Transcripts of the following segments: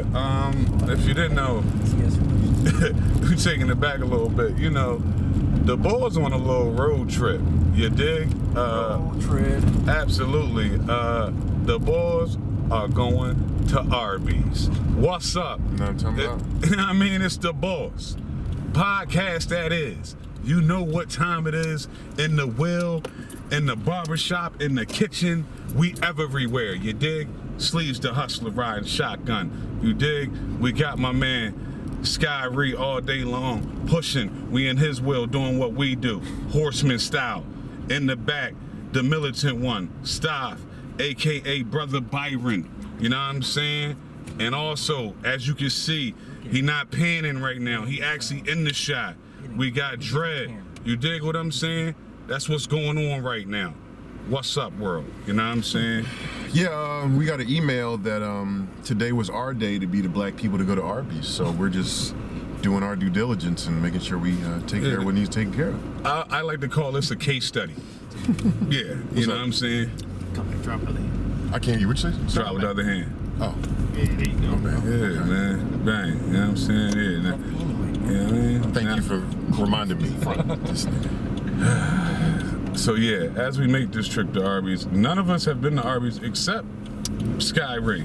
um, if you didn't know, we're taking it back a little bit. You know, the boys on a little road trip. You dig? Uh, Road trip. absolutely. Uh, the boys are going to Arby's. What's up? You know what I'm talking about? It- I mean, it's the boss podcast that is. You know what time it is in the will, in the barbershop, in the kitchen. We everywhere. You dig? Sleeves the hustler riding shotgun. You dig? We got my man Sky Ree all day long pushing. We in his will doing what we do, horseman style. In the back, the militant one, Staff, aka Brother Byron. You know what I'm saying? And also, as you can see, he not panning right now. He actually in the shot. We got Dread. You dig what I'm saying? That's what's going on right now. What's up, world? You know what I'm saying? Yeah, um, we got an email that um, today was our day to be the black people to go to Arby's. So we're just doing our due diligence and making sure we uh, take care of what needs taken care of. I, I like to call this a case study. Yeah, you know what I'm saying? Come back, drop it. I can't hear what you say. Drop with the other hand. Oh, Yeah, there you go. Yeah, man. Bang. You know what I'm saying? Yeah, nah. Anyway, yeah man. thank Nah. you for reminding me. This nigga. So yeah, as we make this trip to Arby's, none of us have been to Arby's except Sky Ray.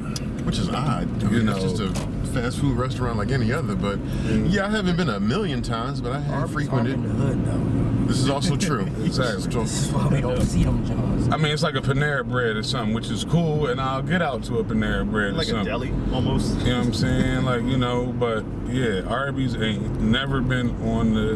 Which is odd. I mean, You know. it's just a fast food restaurant like any other. But yeah, I haven't been a million times, but I have Arby's frequented. aren't in the hood though. This is also true. Exactly. So- This is why we don't see them Johns. I mean, it's like a Panera Bread or something, which is cool, and I'll get out to a Panera Bread Like or something. a deli, almost. You know what I'm saying? Like, you know, but yeah, Arby's ain't never been on the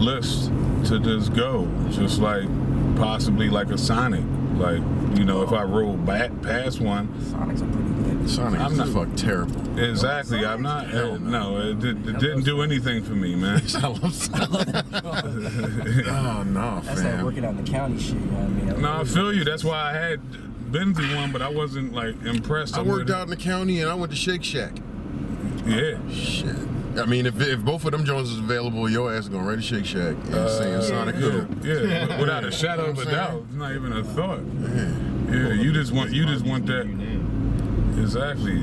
list to just go. Just like possibly like a Sonic. Like, you know, if I roll back past one, Sonics are pretty good. Sonic I'm is not- fuck terrible. exactly. I'm not. Hell no, it, did, it didn't do anything for me, man. I love Sonic. oh no, That's fam. that working out in the county shit. You know what I mean? No, I feel you. That's why I had been through one, but I wasn't like impressed. I I'm worked with- out in the county and I went to Shake Shack. Yeah. Shit. I mean, if, if both of them Jones is available, your ass going right to Shake Shack and saying Sonic Yeah, Hood. yeah, without a shadow of a doubt, it's not even a thought. Yeah, you just want you just want that exactly,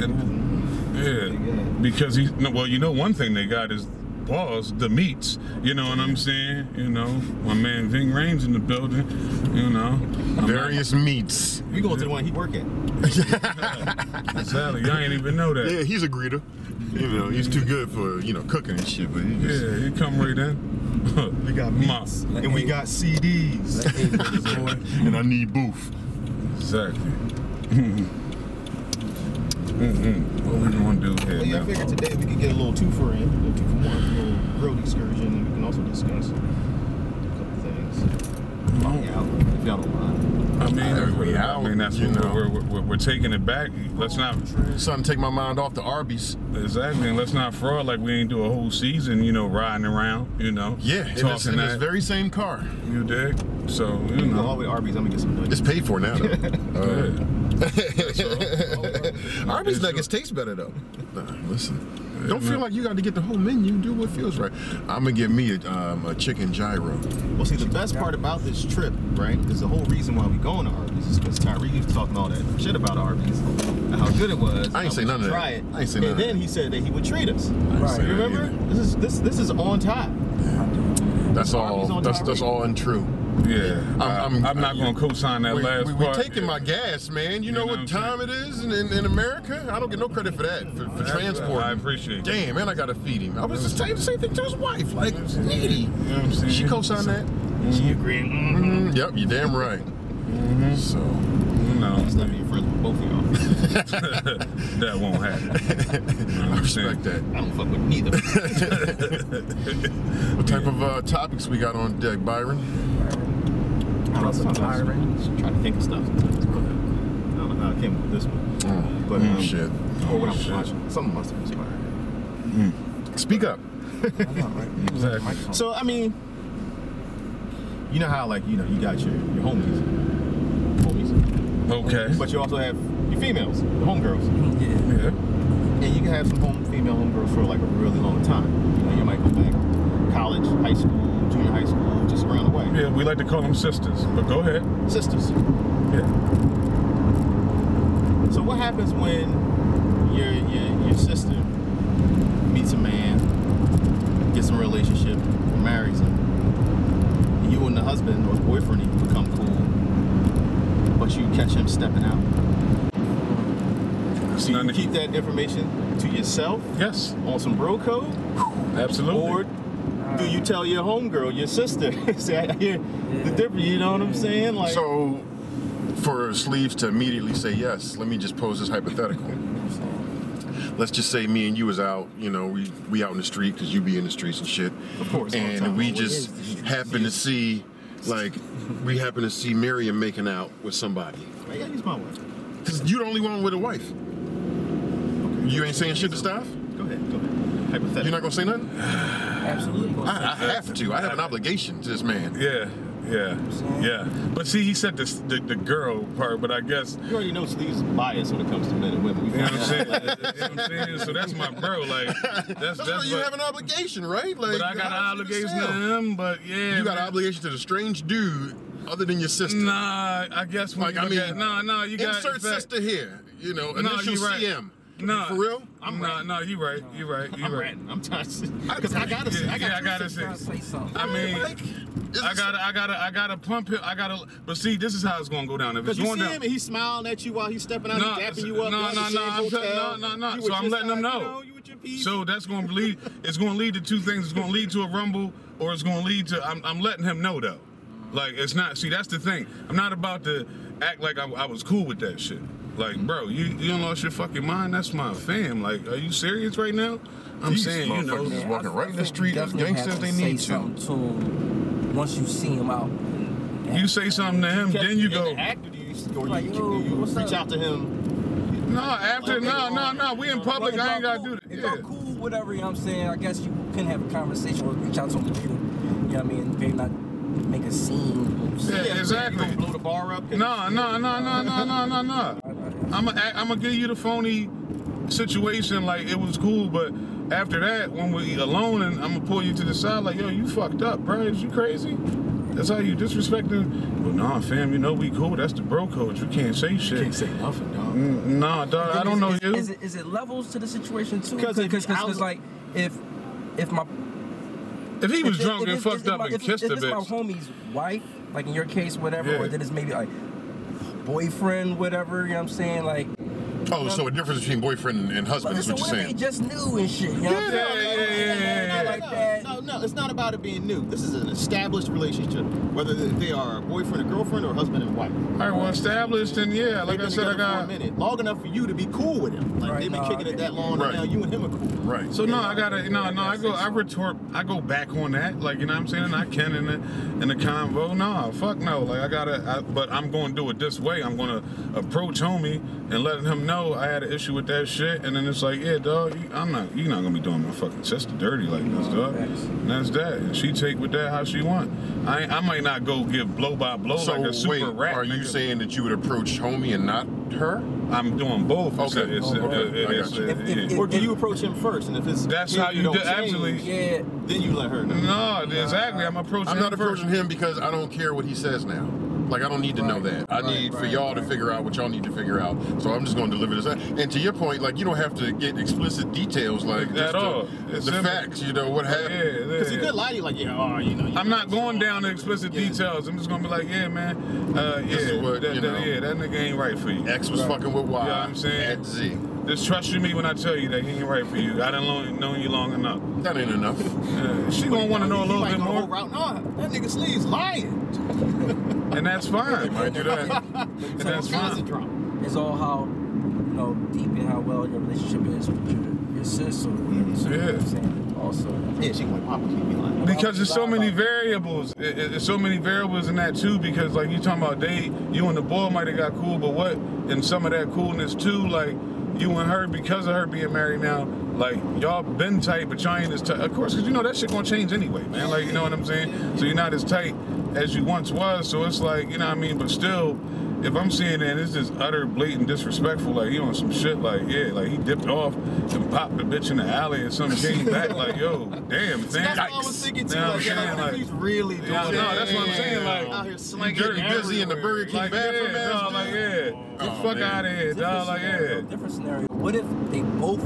and yeah, because he no, well, you know, one thing they got is pause the meats. You know what I'm saying? You know, my man Ving Rames in the building. You know, I'm Various meats. We going to the one he work at. not- Sally, y'all ain't even know that. Yeah, he's a greeter. You know, he's too good for you know cooking and shit, but he just Yeah, he come right in. We got Ma. meats. And we got CDs. and I need booth. Exactly. Mm-hmm. What we gonna do here Well, yeah, I now? figured today we could get a little two for in, a little two for one, a little road excursion, and we can also discuss a couple things. if y'all don't mind. I mean, Either way, I mean that's you what know. we're, we're, we're, we're taking it back. Let's not Something to take my mind off the Arby's. exactly. and Let's not fraud like we ain't do a whole season. You know, riding around. You know, Yeah, in this, talking in this that. very same car. you dig? So you You go all know, the way to Arby's, I'm gonna get some nuggets. It's paid for now though. Uh, Arby's It's nuggets taste better though. Nah, listen. Don't feel like you got to get the whole menu. Do what feels right. I'm gonna get me a, um, a chicken gyro. Well, see, the best part about this trip, right, is the whole reason why we going to Arby's is because Tyree was talking all that shit about Arby's and how good it was. and ain't how say we none of should that. Try it. I ain't say and none of then that. he said that he would treat us. Right. You remember? This is this this is on time. That's Arby's all. on That's that's Tyree. all untrue. yeah. I'm, I'm- I'm, not I'm- gonna co-sign that we, last we, we part. taking my gas, man. You, know, know what I'm what time it is in, in, in America? I don't get no credit for that for, for transport. I appreciate it. Damn, and I gotta feed him. I was the same same thing to his wife, like needy. You know what I'm saying? She co-signed that. She agreed. Mm-hmm. Mm, yep, you damn right. Mm-hmm. So You know, It's not being friendly with both of y'all. that won't happen. You know what I I'm saying? respect that. I don't fuck with neither. What type of uh, topics we got on deck, Byron? I don't know, Hiring. sometimes I'm Trying to think of stuff. Sometimes, but, uh, I don't know how I came up with this one. But Hmm. um, Shit. Or what I was Shit. watching. Something must have inspired. Speak up. I know, right? Exactly. me. So I mean, you know how like you know you got your your homies, homies, Okay. but you also have your females, your homegirls, Yeah. Yeah. and you can have some home female homegirls for like a really long time. You know, you might go back college, high school, junior high school, just around the way. Yeah, we like to call them sisters, but go ahead. Sisters. Yeah. So what happens when your your your sister sister meets a man, gets in a relationship, marries him. And you and the husband or boyfriend you become cool, but you catch him stepping out. It's So you nothing to- keep that information to yourself Yes, on some bro code, absolutely. or do you tell your homegirl, your sister? See, I hear the difference. You know what I'm saying? Like, So, for Sleeves to immediately say yes, let me just pose this hypothetical. Let's just say me and you is out, you know, we we out in the street because you be in the streets and shit. Of course, all the And time. we What just is the streets? happen to see, like, we happen to see Miriam making out with somebody. I gotta use my wife. Because you're the only one with a wife. You ain't saying shit to staff? Go ahead, go ahead. You're Hypothetically. not gonna say nothing? Absolutely. I, I have to. I have an obligation to this man. Yeah, yeah, yeah. But see, he said this, the the girl part, but I guess You already know Steve's bias when it comes to men and women. We you know what found I'm out. saying. You know what I'm saying? So that's my bro. Like that's That's that's you what. have an obligation, right? Like, But I got an how is it obligation to yourself? him. But yeah, You got an man. obligation to the strange dude other than your sister. Mm-hmm. Nah, I guess when Like, you I look mean, at, nah, nah, you got Insert in fact- sister here. You know, No, initial you right. CM. Nah, For real? I'm nah, nah, you right, you right, you I'm right. ranting. I'm trying to. Because I gotta say, Yeah, I gotta. yeah, I gotta Trying to say. say something. I mean, Like, is I this- gotta, I gotta, I gotta pump him. I gotta, but see, this is how it's gonna go down. If it's Because you see going him down, and he's smiling at you while he's stepping out, Nah, he's dapping you up. nah, y'all in the nah, same nah, I'm telling- hotel. nah, nah, nah. You So were I'm just letting them like, know. You know you with your peeps. So that's going to lead. It's going to lead to two things. It's going to lead to a rumble, or it's going to lead to. I'm, I'm letting him know though. Like it's not. See, that's the thing. I'm not about to act like I, I was cool with that shit. Like, bro, you you done lost your fucking mind. That's my fam. Like, are you serious right now? I'm These saying, you know, motherfuckers is Yeah, walking I right in the think street you as definitely gangsters have they say need to. something him once you see him out. you say something to him, Catch then you in go. the act, or do you, or Like, you, yo, you what's reach up? out to him. No, after no, no, no. We in public. Like, if I ain't y'all gotta do cool- that. If Yeah. y'all cool, whatever, you know what I'm saying? I guess you can have a conversation or reach out to him later. You know what I mean? Maybe not make a scene. Yeah, You don't exactly. blow the bar up. 'cause- No, no, no, no, no, no, no, no. I'm gonna I'm gonna give you the phony situation. Like it was cool, but after that, when we alone, and I'm gonna pull you to the side. Like, yo, you fucked up, bro. Is you crazy? That's how you disrespecting. Well, nah, fam. You know we cool. That's the bro code. You can't say shit. Can't say nothing, dog. Mm, Nah, dog. I don't know is, you. Is it, is it levels to the situation too? 'Cause if I was- like if if my if he was if- drunk if and it's- fucked if up my- and if- kissed if a it's my bitch, homie's wife, like in your case, whatever, Yeah. or then it's maybe like boyfriend, whatever. You know what I'm saying? Like, Oh, so a difference between boyfriend and husband like is so what you're what if they saying. just knew and shit? You know what I'm Yeah, saying? yeah, yeah, yeah, yeah, Not like that. No, no, it's not about it being new. This is an established relationship, whether they are a boyfriend and girlfriend or husband and wife. all right, well established, and yeah, like I They've been said, I together for a got. minute, long enough for you to be cool with him. Like Right, they've been nah, kicking it that long, Right. and now you and him are cool. Right. So no, Yeah, I gotta yeah, no yeah, no. I that's go it, I so- retort. I go back on that. Like you know what I'm saying. And I can in the in the convo. No, fuck no. Like I gotta. I, but I'm going to do it this way. I'm going to approach homie and letting him know I had an issue with that shit. And then it's like, yeah, dog. You, I'm not. You're not gonna be doing my fucking sister dirty like this, dog. facts. And that's that. And she take with that how she want. I ain't- I might not go give blow by blow So like a super wait, rat. are you nigga. saying that you would approach homie and not her? I'm doing both? It's a- Okay. It's, a- Okay, I it's got you. a- If- if- yeah. if- Or do you approach him first? And if it's That's him how who you don't do- actually- Yeah. then you let her know. No, exactly. I'm approaching. I'm not him first. approaching him because I don't care what he says now. Like I don't need to know that. I right, need for right, y'all to right. figure out what y'all need to figure out. So I'm just going to deliver this. And to your point, like you don't have to get explicit details like At just the- all. The, It's simple. facts, you know what happened. Yeah, Because he yeah. could lie to you, like, yeah, oh, you know. You I'm not going down to to explicit details. I'm just gonna be like, yeah, man, uh, yeah, This is what, that, you that- know. yeah, that nigga ain't right for you. X was fucking with Y. Yeah, I'm saying. At Z. Just trust you me when I tell you that he ain't right for you. I done long, known you long enough. That ain't enough. Uh, she gonna want to know a little bit Whole more, route. No, "Oh, that nigga sleeves lying. and that's fine. Might do that. And So that's all kinds of fine. drama. It's all how you know deep and how well your relationship is with your, your sis or whatever. So, You know what Yeah. I'm saying? Also, Yeah, she went, why would you be lying? Because there's so many variables. I- I- There's so many variables in that too. Because like you talking about they, you and the boy might have got cool, but what? And some of that coolness too, like you and her because of her being married now. Like y'all been tight, but y'all ain't as tight. Of course, because you know that shit gonna change anyway, man. Like you know what I'm saying. So you're not as tight as you once was. So it's like you know what I mean. But still, if I'm seeing that, it's just utter blatant disrespectful. Like you on some shit. Like yeah, like he dipped off and popped the bitch in the alley or something. Came back like yo, damn, See, man. that's what I was thinking too. Now Like, I'm yeah, saying, like, what like- if he's really doing Yeah, no, that? that's what I'm saying, like, out here slinging dirty busy in the everywhere. Burger King Like, bathroom yeah, ass dog, like, dude? yeah. Get the Oh, fuck man. out of here, different dog. Like, scenario, yeah. different scenario. What what if they both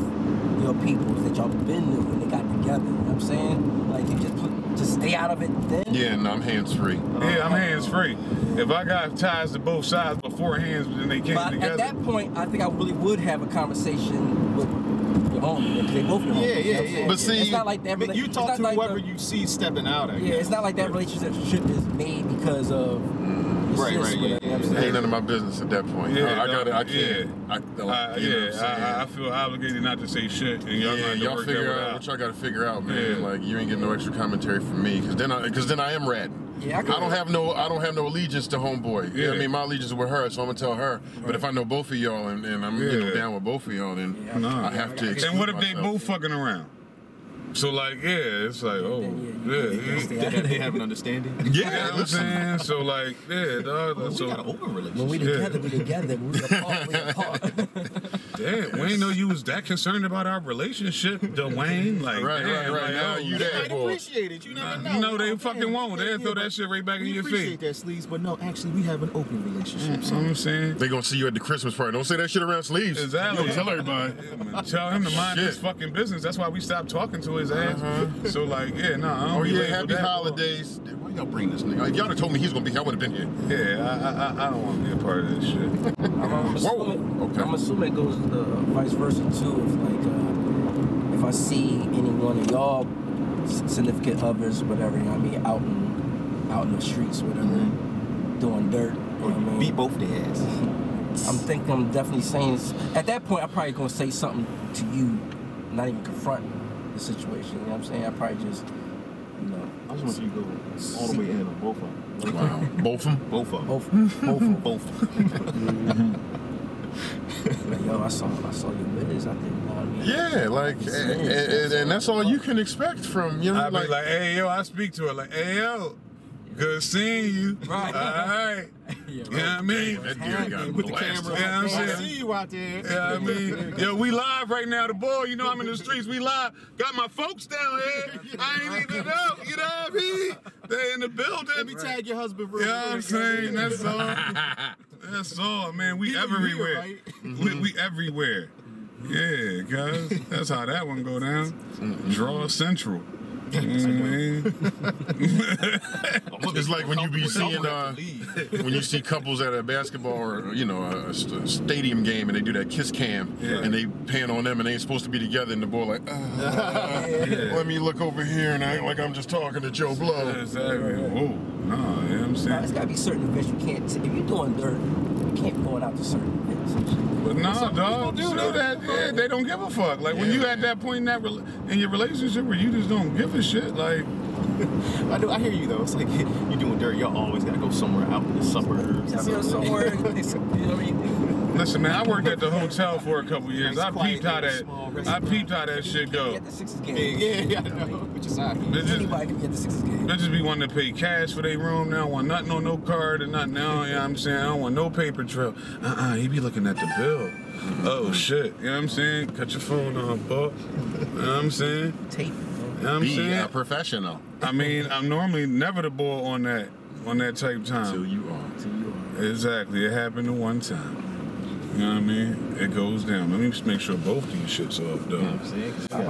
your peoples that y'all been knew and they got together? You know what I'm saying? Like you just put, just stay out of it then. Yeah, and I'm hands free. Yeah, I'm hands free. If I got ties to both sides beforehand and they came But together, at that point, I think I really would have a conversation with your homie. If they both your homies. Yeah, you know what yeah, I'm yeah. saying? But see, it's not like that. But rela- you it's talk not to like whoever the- you see stepping out. I Yeah, guess. it's not like that relationship is made because of. Right, sis, right, yeah, whatever, you know what I'm Ain't saying? none of my business at that point. Uh, Yeah, I, I no, gotta, I yeah. can't. I, I, you know what I'm yeah, saying? I, I feel obligated not to say shit, and y'all yeah, gonna have to y'all work figure that out, one what y'all got to figure out, man. Yeah. Like you ain't getting no extra commentary from me, cause then I, cause then I am ratting. Yeah, I I can- don't have no, I don't have no allegiance to homeboy. You know what I Yeah. mean, my allegiance is with her, so I'm gonna tell her. But if I know both of y'all and, and I'm you know, Yeah. down with both of y'all, then Yeah, I- Nah. I have to. exclude And what if they myself. both fucking around? So like, yeah, it's like, oh, Then, yeah, yeah, you- you yeah. stay yeah. out They, of they it. have an understanding. You know Yeah, what I'm listen. saying? So like, yeah, dog. Well, we so got an open When we relationship. together, we together. When we apart, we apart. damn, we ain't know you was that concerned about our relationship, Dwayne. Like, Right, right, damn, right. Like, Now oh, you They that might boy. appreciate it. You nah. never know. No, they Oh, fucking man, won't. They'll yeah, throw but that shit right back in We your face. appreciate that, Sleeves, but no, actually, we have an open relationship. You know what I'm saying? They gonna see you at the Christmas party. Don't say that shit around sleeves. Exactly. You gonna tell everybody. Tell him to mind Shit. his fucking business. That's why we stopped talking to his ass. Uh-huh. So like, yeah, no. Nah, I don't Oh yeah, relate with happy that. holidays. Why y'all bring this nigga? If y'all have told me he's gonna be here, I would have been here. Yeah, I, I, I- I don't want to be a part of this shit. I'm, I'm assuming, Okay. I'm assuming it goes uh, vice versa too. If like uh, if I see any one of y'all s- significant others, whatever, you know what I mean, out in out in the streets, whatever, Mm-hmm. doing dirt. You know what I mean? Beat both their ass. I'm thinking I'm definitely saying s- at that point I'm probably gonna say something to you, not even confront the situation. You know what I'm saying? I probably just you know I just want you to go all the way in on both of them. Wow. Both of them. Both of them. both Hmm. both of 'em. Both of them. Like, yo, I saw I saw your winners out there. You know what I mean? Yeah, like, and, and, and that's all you can expect from you know, I'd be like, hey yo, I speak to her like, hey yo, good seeing you. Right. All right. Yeah, You know what I mean? that deer got With the blasted. camera. Yeah, I'm I saying. see you out there. Yeah, I mean, yo, we live right now. The boy, you know, I'm in the streets. We live. Got my folks down here. I ain't even know. You know what I mean? They in the building. Let me tag your husband real You know what I'm quick. saying? That's all. That's all, man. We You everywhere. here, right? we, we everywhere. Yeah, guys. That's how that one go down. Draw central. You know what I mean? It's like when you be Comfortable seeing with how uh, when you see couples at a basketball or you know a, a st- stadium game and they do that kiss cam Yeah. and they pan on them and they ain't supposed to be together and the boy like, "Ah, let me look over here and I act like I'm just talking to Joe Blow. Exactly. Whoa. Nah, you know what I'm Nah, it's saying? gotta be certain events you can't. T- if you're doing dirt, you can't go out to certain events. and shit. But nah, dog. do you know that. Yeah, they don't give a fuck. Like when Yeah, you at that point in that rel in your relationship where you just don't give a shit, like I do. I hear you though. It's like you doing dirt. Y'all always gotta go somewhere out in the suburbs. Just, you know, somewhere. it's- you know what I mean? Listen, man, I worked at the hotel for a couple years. Nice, I quiet peeped how little that, I small restaurant. peeped how that shit Be go. at the Sixers Yeah, game. yeah, yeah. I know. Put your side. They just, Anybody can be at the Sixers game. they just be wanting to pay cash for their room. They don't want nothing on no card and nothing. Now, you know what I'm saying? I don't want no paper trail. Uh-uh, he be looking at the bill. Oh, shit. You know what I'm saying? Cut your phone off, boy. You know what I'm saying? Tape. You know what I'm Be a saying? professional. I mean, I'm normally never the ball on that, on that type time. Till you are. Exactly. It happened the one time. You know what I mean? It goes down. Let me just make sure both these shits are up, though. I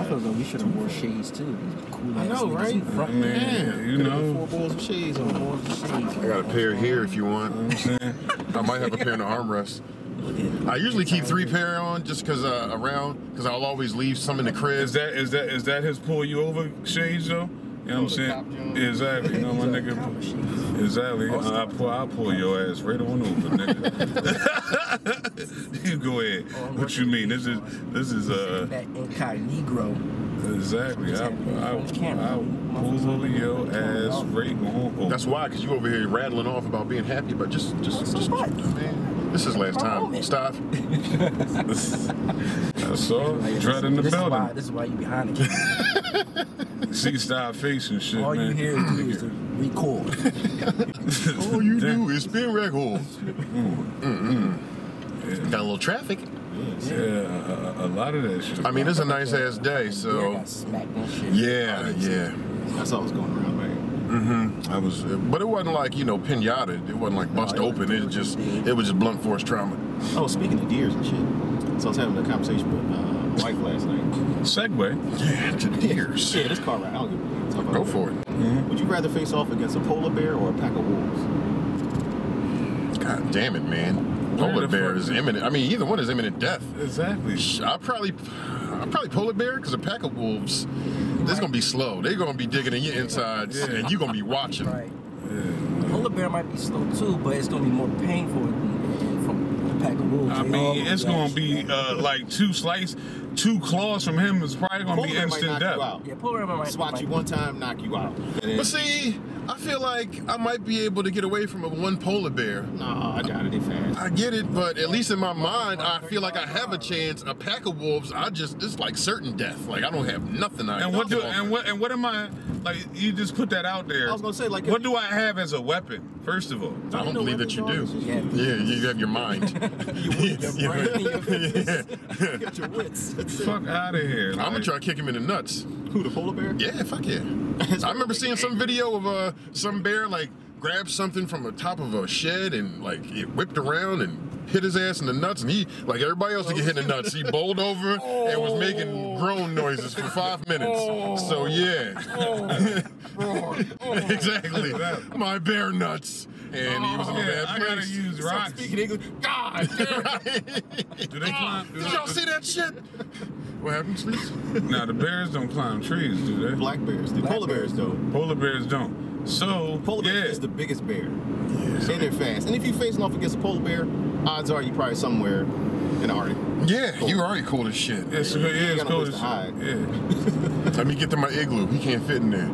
feel like we should have wore shades too. Cool I ass know, niggas right? in front. Man, you know. Four balls of shades on. Wore the shades. I got a pair here if you want. I might have a pair in the armrest. Look at I usually keep three pair on just because uh, around because I'll always leave some in the crib. Is that is that is that his pull you over shades though? You know Oh, what I'm the cop saying? joint. Exactly. You know my it. nigga. Copper shades. Exactly. Uh, I pull I pull your ass right on over, nigga. you go ahead. I'm What you working mean? This is this is uh That incognito. exactly. I I, I pull your ass right on over. That's why, because you over here rattling off about being happy, but just, just, Oh, so just, what? man, this is last My time. moment. Stop. That's all. Dread in the this Is why, building. this is why you behind the camera. See style face and shit, All you man. hear is do is the record. All you do is spin rag holes. Got a little traffic. Yeah, a, a- a lot of that shit. I mean, it's a nice ass day, Yeah, I so got smacked and shit. yeah, yeah. That's all was going around, right? I was, but it wasn't like you know pinata. It wasn't like bust it was- open. It was just, it was just blunt force trauma. Oh, speaking of deers and shit. So I was having a conversation with uh, my wife last night. Segway. Yeah, to deers. Yeah, this car ride. I don't give a damn. Go for it. Would you rather face off against a polar bear or a pack of wolves? God damn it, man. Where Polar the bear fuck- is imminent. I mean, either one is imminent death. Exactly. Sh- I probably, I probably polar bear because a pack of wolves. This gonna be slow. They're gonna be digging in your insides, Yeah. and you gonna be watching. Right. Yeah. Polar bear might be slow too, but it's gonna be more painful than- from the pack of wolves. I They all mean, it's gonna be react. uh, like two slice, two claws from him is probably gonna Polar be bear might instant knock death. you out. Yeah, polar bear might Swat might you one time, knock you out. And then- But see, I feel like I might be able to get away from a one polar bear. nah, I got it. They fast. I get it, but at least in my mind, I feel like I have a chance. A pack of wolves, I just it's like certain death. Like I don't have nothing. I And can what do get off and of. what and what am I like? You just put that out there. I was gonna say, like, if what you- do I have as a weapon? First of all, I don't believe that you do. Yeah. Yeah, you have your mind. Your brain and your Yeah. Get your wits. That's it. fuck out of here. I'm gonna like- try to kick him in the nuts. Who the polar bear? Yeah, fuck yeah. I remember seeing some video of uh, some bear like grabbed something from the top of a shed and like it whipped around and hit his ass in the nuts and he like everybody else to get hit in the nuts. He bowled over and was Oh. making groan noises for five minutes. So yeah. Oh. exactly. My bear nuts. And he was in Oh, a Yeah, bad I gotta place. use rocks. Speaking English, God. Do they climb? Do Did y'all see that shit? What happened, please? Now the bears don't climb trees, do they? Black bears. The Black polar bears, though. Polar bears don't. So Polar bear yeah, is the biggest bear. And they're fast. And if you're facing off against a polar bear, odds are you're probably somewhere in the Arctic. Yeah, you already cool as shit. it's, it is got no cool place as to shit. hide. Yeah. Let me get to my igloo. He can't fit in there.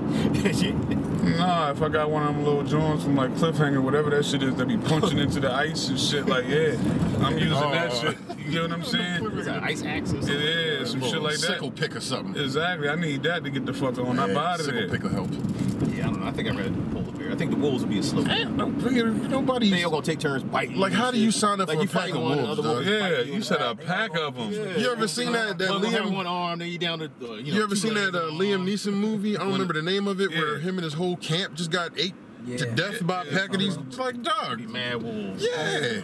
Nah, if I got one of them little joints from like Cliffhanger, whatever that shit is, that be punching into the ice and shit. Like yeah, I'm using that Oh. shit. You get what I'm saying? It's an ice axe or It something. is some shit like that. Sickle pick or something. Exactly. I need that to get the fuck on up out of sickle there. pick will help. Yeah, I don't know. I think I read polar bear. I think the wolves would be a slow. They No, nigga, nobody. all gonna take turns biting. Like, and how do you shit. sign up Like, for you a pack fighting of one, the wolves, other wolves dog? Yeah, biting you said a pack of them. You ever seen that that One with Liam? one arm, then you down to. Uh, you, know, You ever two seen legs that uh, and an Liam arm. Neeson movie? I don't remember the name of it. Where Yeah. him and his whole camp just got ate to Yeah. death by a pack of these. It's like dog. Mad wolves. Yeah.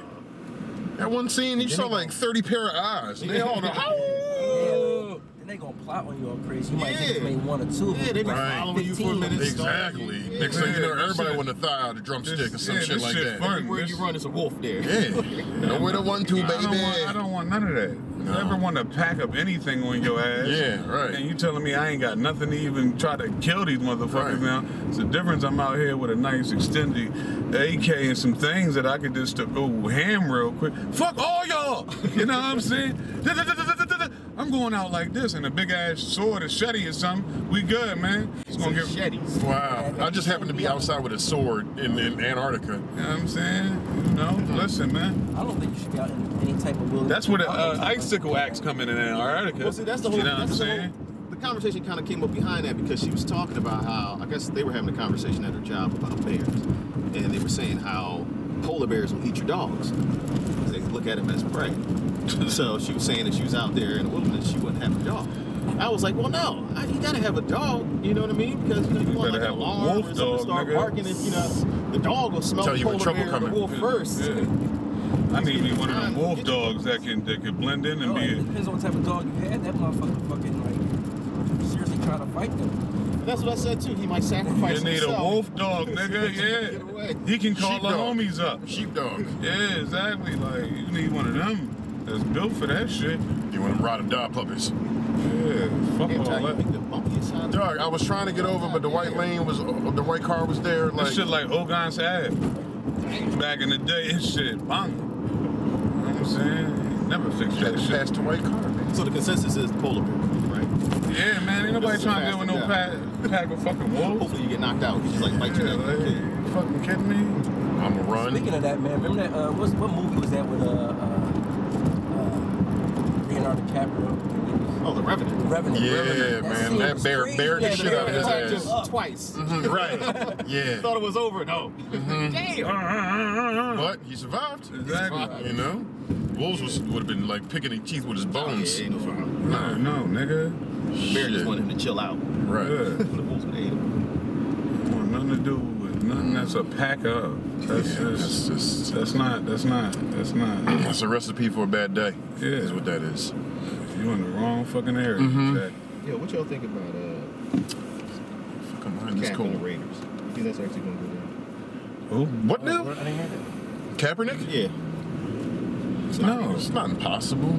That one scene, you saw like 30 pair of eyes. And they all Yeah. Then they gonna plot on you all crazy. You might Yeah. just make one or two. Yeah, they been Right. following you for a 15. minute. stalking Exactly. you. Next thing you know, Yeah, that everybody shit- want to thigh out a drumstick or some yeah, shit this like shit that. fun. Where you run is a wolf there. Yeah. Nowhere to one to, baby. I don't, want, I don't want none of that. You ever want to pack up anything on your ass? Yeah, right. And you telling me I ain't got nothing to even try to kill these motherfuckers Right. now? It's the difference. I'm out here with a nice extended AK and some things that I could just to go ham real quick. Fuck all y'all. You know what I'm saying? Da-da-da-da-da-da-da. I'm going out like this and a big ass sword, a shetty or something. We good, man. It's gonna get. You Machetes. Wow. I just happened to be outside with a sword in, in Antarctica. know what I'm saying? You know, Uh-huh. listen, man. I don't think you should be out in any type of wilderness. That's where the I don't uh, think so. icicle axe coming in in Antarctica. Uh-huh. Well, see, that's the whole. You know what I'm that's the, saying? whole the conversation kind of came up behind that because she was talking about how I guess they were having a conversation at her job about bears, and they were saying how polar bears will eat your dogs. 'cause They look at them as prey. so she was saying that she was out there in the wilderness, she wouldn't have a dog. I was like, well, no, I, you gotta have a dog. You know what I mean? Because you know you, want better like have an a alarm wolf or something dog, to start nigga. barking, and you know the dog will smell Tell the you when polar trouble bear or the coming. wolf first. Yeah. I need me one of them wolf dogs that can that can blend in and No, it be. depends on what type of dog you had. That motherfucker fucking like seriously trying to fight them. That's what I said too. He might sacrifice You need a himself. wolf dog, nigga. Get away. Yeah, he can call the Sheepdog. homies up. Sheepdog. Yeah, exactly. Like you need one of them that's built for that shit. You want them rot and die puppies. Yeah, fuck Damn, Ty, all you that. think the bumpiest side of- Dog, I was trying to get over, but the white lane was, uh, the white car was there. That Like, shit like Ogon's Ave. Back in the day, it shit bong. You know what I'm saying? Never fix had that to shit. pass the white car. man. So the consensus is polar bear, right? Yeah, man, ain't nobody This is trying to deal with no pack, faster pack of fucking wolves. Hopefully you get knocked out. You just like bite your Yeah, neck. like, you fucking kidding me? I'm gonna Speaking run. of that, man, remember that? Uh, what's, what movie was that with uh, uh, uh, Leonardo DiCaprio? Oh, the The revenant. Revenant. Yeah, Revenant. man, scene that was bear crazy. bared the Yeah, shit bear out of his attacked ass. him up. twice. Mhm, right. Yeah. Thought it was over. No. Damn. But he survived. Exactly. You know? Wolves was, would have been like picking their teeth with his bones. Yeah, ain't no problem. No, no, nigga. Bear just Shit. wanted him to chill out. Right. Yeah. The wolves would have ate him. Want nothing to do with Nothing that's a pack of. That's Yeah, that's just, just- that's not, that's not, that's not. That's a recipe for a bad day. Yeah. Is what that is. You in the wrong fucking area, Mm-hmm. Jack. Yo, what y'all think about uh, Come on, it's Cap and the cool. Raiders? You think that's actually going to go down? Who? What Oh, now? I didn't hear that. Kaepernick? Yeah. It's No. not, it's not impossible.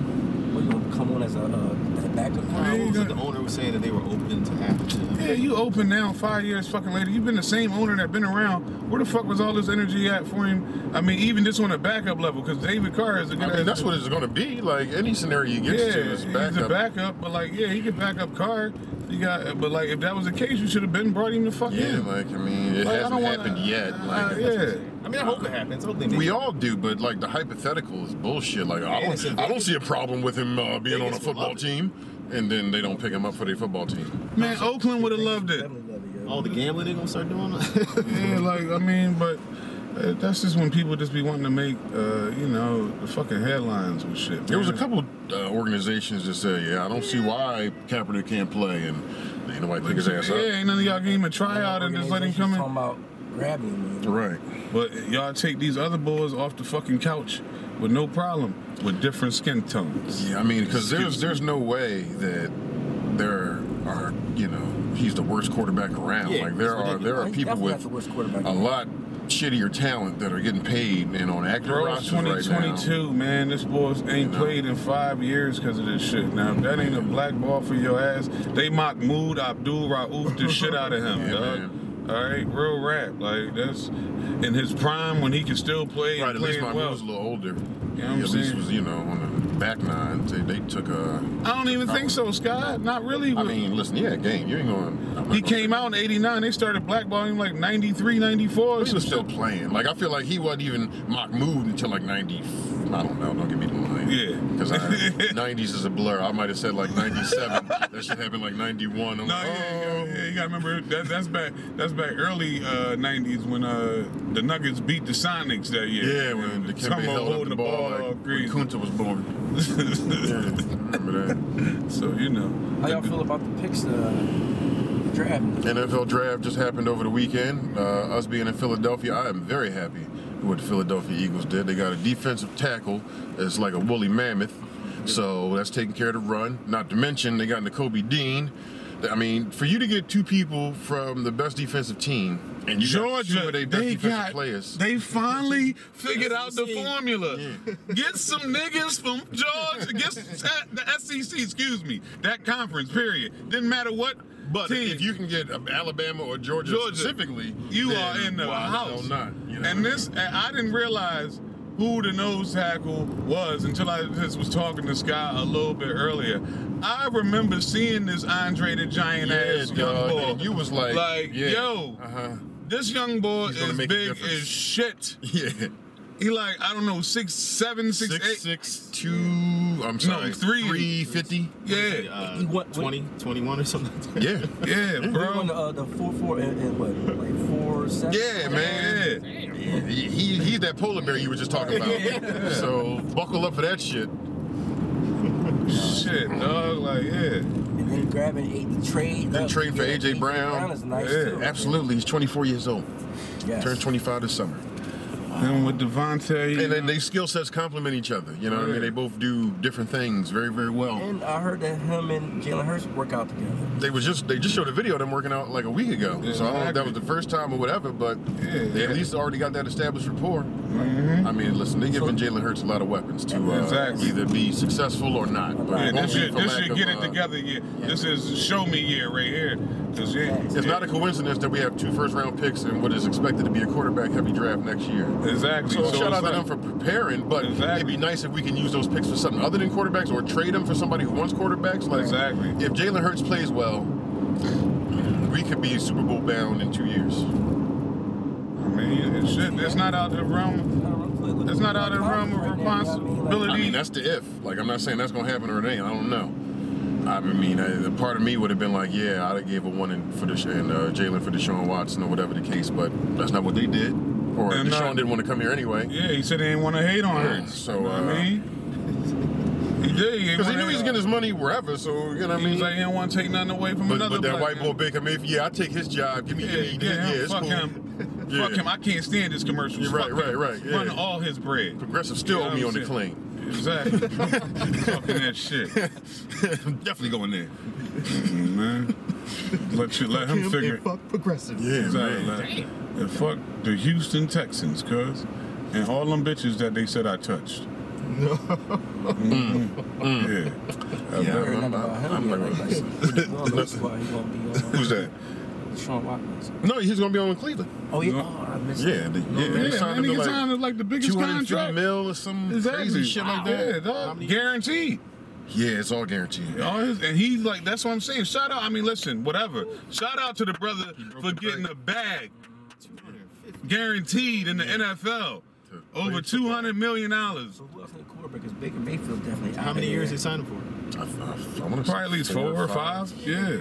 What, you gonna come on as a, uh, as a backup? Uh, Yeah, what you was it? got- The owner was saying that they were open to Yeah, African. you open now five years fucking later. You've been the same owner that been around. Where the fuck was all this energy at for him? I mean, even just on a backup level, because David Carr is a good. I mean, ass- that's what it's going to be. Like any scenario you get Yeah, to is backup. he's a backup, but like, yeah, he could back up Carr. You got, but like, if that was the case, you should have been brought him the fuck yeah, in. like I mean, it Like, I hasn't don't wanna- happened yet. uh, Like yeah. I mean, I hope it happens. I hope they make we it. all do, but like the hypothetical is bullshit. Like I it's in don't, I don't Vegas. see a problem with him uh, being on a Vegas will football love it. team, and then they don't pick him up for their football team. Man, Oakland would have loved it. Definitely love it, yo. all the gambling they're gonna start doing. Uh, Yeah, like I mean, but uh, that's just when people just be wanting to make, uh, you know, the fucking headlines with shit. There was a man. couple uh, organizations that said, "Yeah, I don't see why Kaepernick can't play," and you know why pick his ass Yeah, up. ain't none of y'all gave him a tryout and just let him come in. Talking about grabbing him, man. Right. But y'all take these other boys off the fucking couch with no problem with different skin tones. Yeah, I mean, because there's there's no way that there are you know he's the worst quarterback around. Yeah, like there it's are there are He's people definitely with not the worst quarterback. a lot shittier talent that are getting paid and on active Bro, it's rosters right now. 2022, man. This boys ain't know. played in five years because of this shit. Now, if that ain't a black ball for your ass, they mock Mood Abdul Rauf the shit out of him, Yeah, dog. man. All right, real rap. Like, that's in his prime when he could still play Right, and at least play my well. was a little older. know what I'm at least saying? was you know on the back nine. They, they took a. I don't even think so, Scott. Not really. I mean, listen, yeah, game. You ain't going. to he came out in 89. They started blackballing him like 93, 94. He was still playing. Like I feel like he wasn't even Mahmoud until like ninety. I don't know. Don't get me the line. Yeah. Because nineties is a blur. I might have said like ninety seven. that should happened like ninety one. I'm No, yeah, like, oh. you gotta- yeah, you gotta remember that, that's back. That's back early uh, '90s when uh, the Nuggets beat the Sonics that year. Yeah, when the Someone Kimbe held up holding the ball, like, all when crazy. Kunta was born. Yeah, I remember that. so you know. How y'all feel about the picks, uh, the draft? NFL draft just happened over the weekend. Uh, us being in Philadelphia, I am very happy with what the Philadelphia Eagles did. They got a defensive tackle that's like a woolly mammoth, so that's taking care of the run. Not to mention they got N'Kobe Dean. I mean, for you to get two people from the best defensive team and you got two Georgia, of they, their best defensive got. players. They finally figured out the SEC. formula. Get some niggas from Georgia. Get s- the SEC. Excuse me. That conference. Period. Didn't matter what. but team. if you can get um, Alabama or Georgia, Georgia, specifically, you then are in the why house. hell not? You know what I and mean? this, and I didn't realize who the nose tackle was until I just was talking to Sky a little bit earlier. I remember seeing this Andre the Giant yeah, ass young dog, boy. and you was like, Like, yeah, yo. uh-huh. this young boy He's gonna is make a big difference. as shit. yeah. He like I don't know six seven six eight. six six two. I'm sorry, three. three fifty. Yeah, Uh, He went- 20, 21 or something. like that. Yeah, yeah, He won bro. the, uh, the four four and, and what like four seven. yeah, man. Yeah. Yeah, he, he- he's that polar bear you were just talking about. So buckle up for that shit. Shit, dog. Like, yeah. And then grabbing eighty trade. Then up, trading for yeah, A.J. Brown. is nice Yeah, too. Absolutely, he's 24 years old. Yes. Turns 25 this summer. Then with Devontae. And then they skill sets complement each other. You know what I Yeah. mean? They both do different things very, very well. And I heard that him and Jalen Hurts work out together. They was just they just showed a video of them working out like a week ago. So I don't know if that was the first time or whatever, but Yeah. they at least already got that established rapport. I mean, listen, they giving Jalen Hurts a lot of weapons to uh, Mm-hmm. Exactly. either be successful or not. But Yeah, it won't this be should for this lack should of, get it uh, together. Yeah, this is show me year right here. 'Cause, yeah, It's not a coincidence that we have two first round picks in what is expected to be a quarterback heavy draft next year. exactly. So, shout it's out to like- them for preparing, but it'd Exactly. be nice if we can use those picks for something other than quarterbacks or trade them for somebody who wants quarterbacks. Like Exactly. if Jalen Hurts plays well, we could be Super Bowl bound in two years. I mean, it should, it's not out of the realm. That's That's not out of the realm of I responsibility. mean, that's the if. Like, I'm not saying that's gonna happen or it ain't. I don't know. I mean, I, a part of me would have been like, yeah, I'd have gave a one in for the and uh, Jalen for Deshaun Watson or whatever the case, but that's not what they did. Or And Deshaun not- didn't want to come here anyway. Yeah, he said he didn't want to hate on her. So, You know what uh, I mean, he did. Because he knew he he's was getting his money wherever, so you know what I He mean. was like, he didn't want to take nothing away from but, another. but that black white man. boy Baker Mayfield, yeah, I take his job. Give me, Yeah, give me, yeah, yeah, it's fuck cool. him. Yeah. Fuck him. I can't stand his commercials. You're right, Fuck him. right, right, yeah. Run all his bread. Progressive still You know owe me what on I'm the saying? claim. Exactly. Fucking that shit. I'm definitely going there. Mm-hmm, Man. Let you let him Him figure and fuck progressive. Yeah, Exactly. man. like, And fuck the Houston Texans, cuz. And all them bitches that they said I touched. Mhm. Yeah. Yeah. I Uh, heard nothing about him I'm yet. like- Like, well, that's why he gonna be on Who's that? Sean Watkins. No, he's gonna be on Cleveland. Oh yeah, No. oh, I missed Yeah, that. they- No, yeah, man. Yeah, they man, signed him nigga to like signed him like the biggest 250 contract. mil or some Exactly. crazy shit like Yeah, that. dog. Guaranteed. Yeah, it's all guaranteed. All his, and he's like, that's what I'm saying. Shout out. I mean, listen, whatever. Shout out to the brother broke for the getting break. a bag guaranteed in the NFL. To Over play two hundred million dollars. So who else in the quarterback? Because Baker Mayfield definitely. How out many there. years they signed him for? I, I, I wanna say Probably at least four or five. Yeah.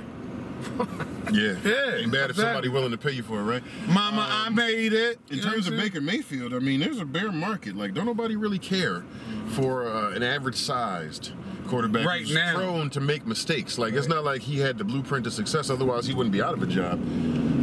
Yeah. Yeah, Ain't bad if exactly. somebody willing to pay you for it, right? Mama, I made it. In You know terms what I'm saying? of Baker Mayfield, I mean, there's a bear market. Like, don't nobody really care for uh, an average-sized quarterback Right who's now. prone to make mistakes. Like, it's not like he had the blueprint to success. Otherwise, he wouldn't be out of a job.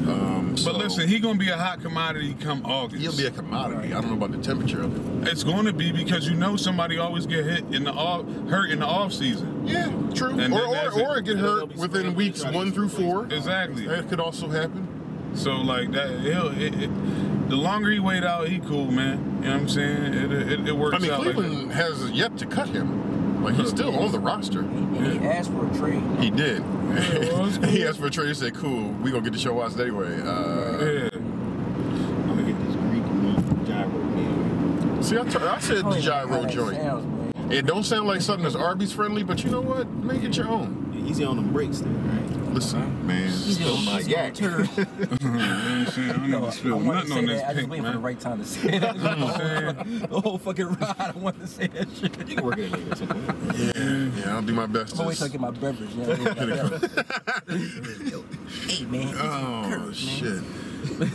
Um, But listen, he gonna be a hot commodity come August. he'll be a commodity. I don't know about the temperature of it. it's going to be because you know somebody always get hit in the off, hurt in the off season. Yeah, true. And or then or, that's or it. get They'll hurt be within scrambling, weeks trying to one get through some four. plays. Exactly. That could also happen. So like that, he'll, it, it, the longer he wait out, he cool, man. You know what I'm saying? It, it, it works I mean, out. like Cleveland has yet to cut him. Like, he's still on the roster. And he asked for a trade. He did. well, Oh, that's he cool. asked for a trade. He said, "Cool, we gonna get the show watched anyway." that. Uh, yeah. I'm gonna get this Greek meat gyro meal. See, I, t- I said Oh, how the gyro that joint. sounds, man. It don't sound like something that's Arby's friendly, but you know what? Make it your own. Easy on them brakes there, right? Listen, man. He's Spill gonna- my he's gonna yak. turn. You know what I'm saying? I don't need No, to Oh, I spill nothing wanted to say on this that. I just pink, waiting for the man. right time to say it. You know what I'm saying? the whole fucking ride, I wanted to say that shit. I'm You can work it in later. Yeah, I'll do my best. gonna wait till I to- get my beverage. You know what I mean? Like, hey man, Uh, Oh shit!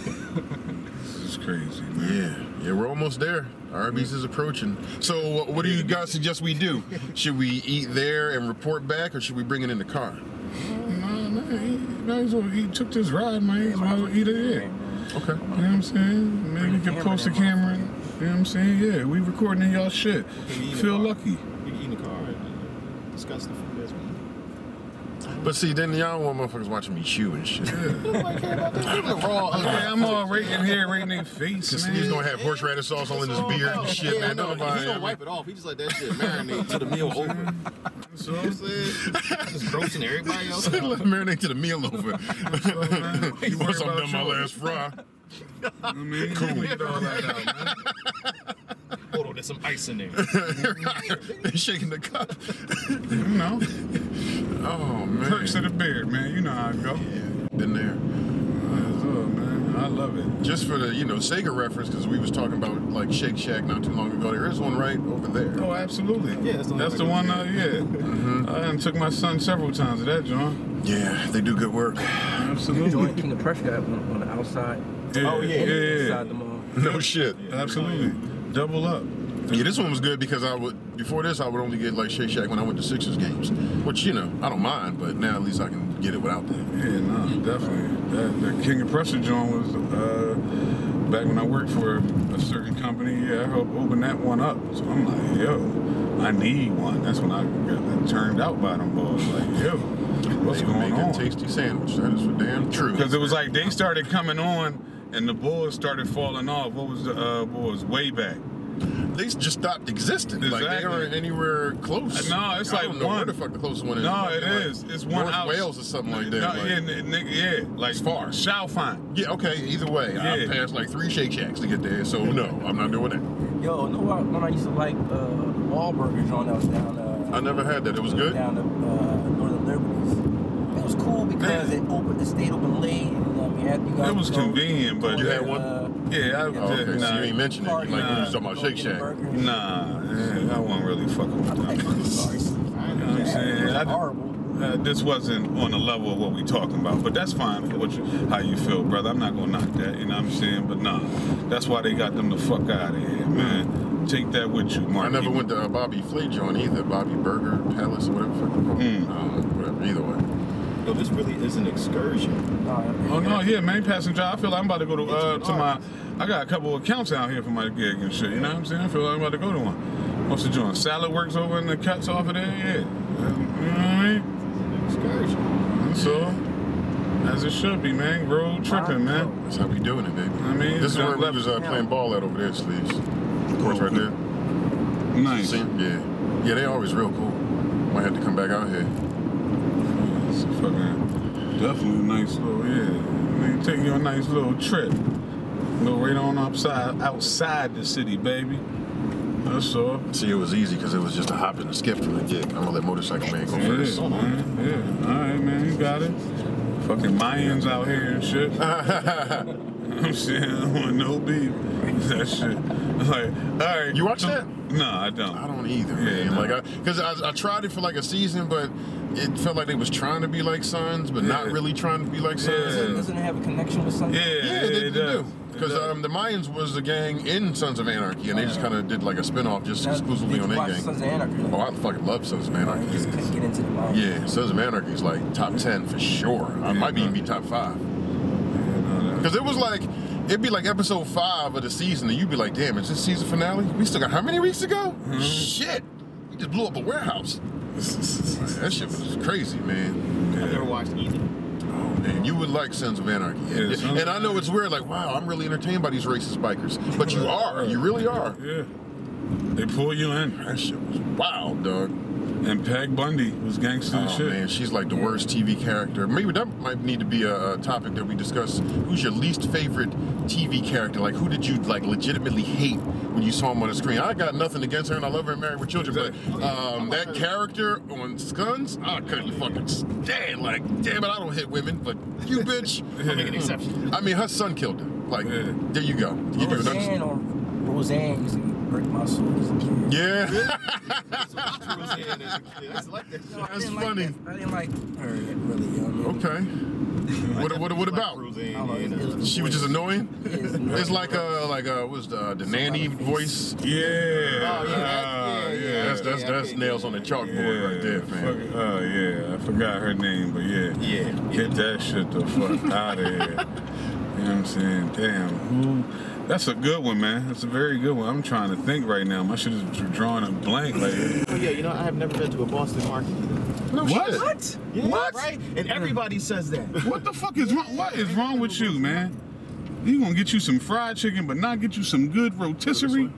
This is crazy, man. Yeah, yeah, we're almost there. Arby's is approaching. So, uh, what do you guys suggest we do? Should we eat there and report back, or should we bring it in the car? No, no, he, might as well, he took this ride, man. He might as well eat it in. Okay. You know what I'm saying? Maybe we can post a camera. You know what I'm saying? Yeah, we recording in y'all shit. Feel lucky. You can eat in the car and uh, discuss the food as we eat. But see, then y'all want motherfuckers watching me chew and shit. I'm the raw. uh, ugly Yeah, I'm all right in here, right in their face, Cause he's gonna man. have horseradish sauce all in his beard and shit, Yeah, man. no, Don't he nobody- don't wipe it off. He just let that shit marinate till the meal over. You know So, what I'm saying? Just grossing everybody else out. Let it marinate to the meal over. man. He You worry wants something about done my yours. last fry. I mean, cool. Get all that out, man. Hold on, there's some ice in there. Mm-hmm. They're shaking the cup. You know, Oh man. perks of the beard, man. You know how I go. Yeah, been there. That's all, man. I love it. Just for the you know Sega reference, because we was talking about like Shake Shack not too long ago. There is one right over there. Oh, absolutely. Yeah, that's the one that's I the go one. to. Uh, yeah, I done took my son several times to that joint. Yeah, they do good work. Joint Absolutely. King of Prussia got one on the outside. Yeah, Oh, yeah. yeah, Inside the mall. No shit. absolutely. Double up. Yeah, this one was good because I would before this I would only get like Shake Shack when I went to Sixers games, which you know I don't mind, but now at least I can get it without that. Yeah, no, definitely. That, the King of Prussia joint was uh, back when I worked for a certain company. Yeah, I helped open that one up. So I'm like, yo, I need one. That's when I got turned out by them boys. Like, yo, what's they going make on? a tasty sandwich. That is for damn true. Because it was like they started coming on and the boys started falling off. What was the uh, boys way back? they just stopped existing. Like they Exactly. aren't anywhere close. Uh, no, it's I like don't know where one- the fuck the closest one is. No, it It might be, is. It's one North out. Wales or something like that. No, like- yeah, n- nigga, yeah, like It's far. Shalfine. yeah, okay. Either way, I Yeah. passed like three Shake Shacks to get there, so no, I'm not doing that. Yo, know what one I used to like? Uh, Wahlburger joint that was down. Uh, I never had that. It was good. Down the uh, northern liberties. It was cool because Yeah. it opened. It stayed open late. And, um, you had, you got It was to go- convenient, but You had uh, uh, one? yeah, I Oh, okay, did so nah, you ain't mentioned it. Like you Nah. was talking about Go Shake get a Shack. burger. Nah, yeah, I wasn't really fucking I with like them. burgers, sorry. You know what I'm saying? I It's did- horrible. uh, this wasn't on the level of what we talking about, but that's fine for what you, how you feel, brother. I'm not gonna knock that, you know what I'm saying? But nah, that's why they got them the fuck out of here, man. Take that with you, I Mark. never went to uh, Bobby Flay joint either. Bobby Burger Palace, or whatever the fuck they call it. Mm. Um, whatever. Either way. yo, this really is an excursion. Oh no, yeah, main passenger. I feel like I'm about to go to uh, to my. I got a couple accounts out here for my gig and shit. You know what I'm saying? I feel like I'm about to go to one. What's the joint? Salad works over in the cuts off of there. Yeah, Um, you know what I mean? It's an excursion. That's all. As it should be, man. Road tripping, man. That's how we doing it, baby. I mean, this is not where we left- was uh, playing ball at over there, Sleeves. Course right there. Nice. See? Yeah. Yeah, they always real cool. Might have to come back out here. It's a fucking, definitely a nice little yeah. Man, take you on a nice little trip. Go right on upside outside the city, baby. That's all. See, it was easy because it was just a hop and a skip from the gig. I'm gonna let Motorcycle Man go Yeah, first. man. Yeah. All right, man. You got it. Fucking Mayans out here and shit. I'm saying, I don't want no beef. That shit. Like, all right. You watch so- that? No, I don't. I don't either, Yeah, man. no. Like, I, because I, I tried it for like a season, but it felt like they was trying to be like Sons, but not Yeah. really trying to be like Sons. Yeah. And- Doesn't it have a connection with something? Yeah, yeah, Yeah, they, it they does. do. Because It does. um, the Mayans was a gang in Sons of Anarchy, and they just kind of did like a spinoff just Now, exclusively did on you their watch gang. Sons of Anarchy? Oh, I fucking love Sons of I just Anarchy. couldn't get into the mind. Yeah, Sons of Anarchy is like top ten for sure. I might even be top five. Because it was like, it'd be like episode five of the season, and you'd be like, damn, it's this season finale? We still got how many weeks to go? Mm-hmm. Shit. We just blew up a warehouse. Like, that shit was crazy, man. I've never watched either. Oh, man. You would like Sons of Anarchy. And, Yeah, Sons of and I know it's weird, like, wow, I'm really entertained by these racist bikers. But you are. You really are. Yeah. They pull you in. That shit was wild, dog. And Peg Bundy was gangster Oh and shit. man, she's like the worst TV character. Maybe that might need to be a, a topic that we discuss. Who's your least favorite TV character? Like, who did you like legitimately hate when you saw him on the screen? I got nothing against her, and I love her and Married with Children, but um, that character on Scuns, I couldn't fucking stand. Like, damn it, I don't hit women, but you bitch. I'll make an exception. I mean, her son killed her. Like, Yeah. there you go. You do Roseanne or Roseanne used to break my soul as a kid. Yeah. So it's true as it is. It's like that shit. No, I That's didn't funny. Like that. I didn't like her really. You know what I mean? okay. What, what, what Like about? Roseanne, I don't know, yeah, it- it was the She was just voice. annoying. It's annoying. It's like uh like uh what's the the nanny voice? Yeah. Oh, yeah, that- Ah, yeah, yeah, That's that's Yeah, I that's think- nails on the chalkboard right there, man. fuck- oh yeah, I forgot her name, but yeah. Yeah. Get that shit the fuck out of here. You know what I'm saying? Damn. Who? That's a good one, man. That's a very good one. I'm trying to think right now. My shit is drawing a blank. Like, Oh yeah, you know I have never been to a Boston market either. No What? shit. What? Yeah, What? Right? And everybody says that. what the fuck is wrong? What is wrong with you, man? You gonna get you some fried chicken, but not get you some good rotisserie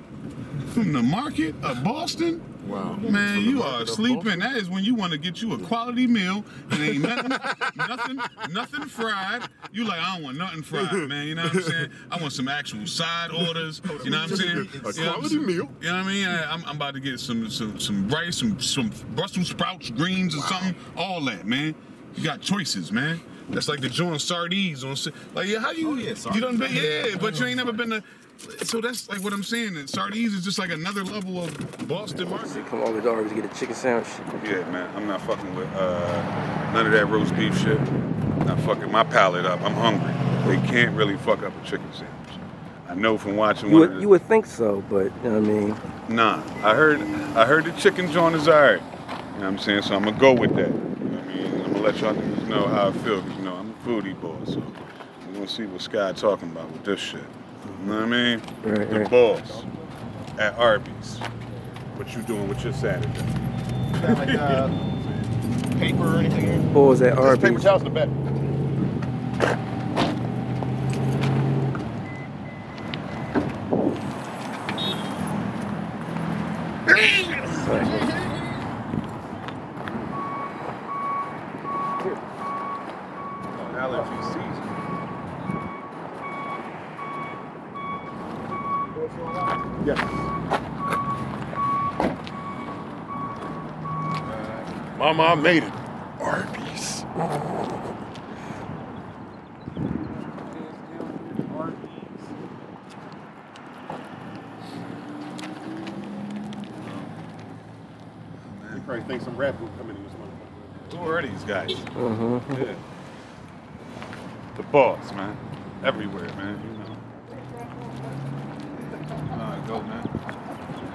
from the market of Boston? Wow. Oh, Man, From the you market are of sleeping. That is when you want to get you a quality meal and ain't nothing, nothing, nothing fried. You like, I don't want nothing fried, man. You know what I'm saying? I want some actual side orders. You know what I'm saying? You A know what I'm quality saying? meal. You know what I mean? I, am I'm about to get some some some rice, some some Brussels sprouts, greens, or something. All that, man. You got choices, man. That's like the joint sardines on sa- like yeah, how you Oh, yeah, you sardines. done been yeah, but you ain't never been to. So that's like what I'm saying. That sardines is just like another level of Boston market. Come on, with Arby's, get a chicken sandwich. Yeah, man, I'm not fucking with uh, none of that roast beef shit. Not fucking my palate up. I'm hungry. They can't really fuck up a chicken sandwich. I know from watching You one. of would, the- you would think so, but you know what I mean. Nah, I heard, I heard the chicken joint is alright. You know what I'm saying? So I'm gonna go with that. You know what I mean? I'm gonna let y'all niggas know how I feel, 'cause, you know I'm a foodie boy, so we're gonna see what Sky talking about with this shit. You know what I mean? Right, the right. boss at Arby's. What you doing with your Saturday? Is that like uh, paper or anything? What was that There's paper Arby's? towels in the back. Allergy season. Mama, I made it. Arby's. You probably think some rap will come in this motherfucker. Who are these guys? Yeah. The boss, man. Everywhere, man. You know. Nah, go, man.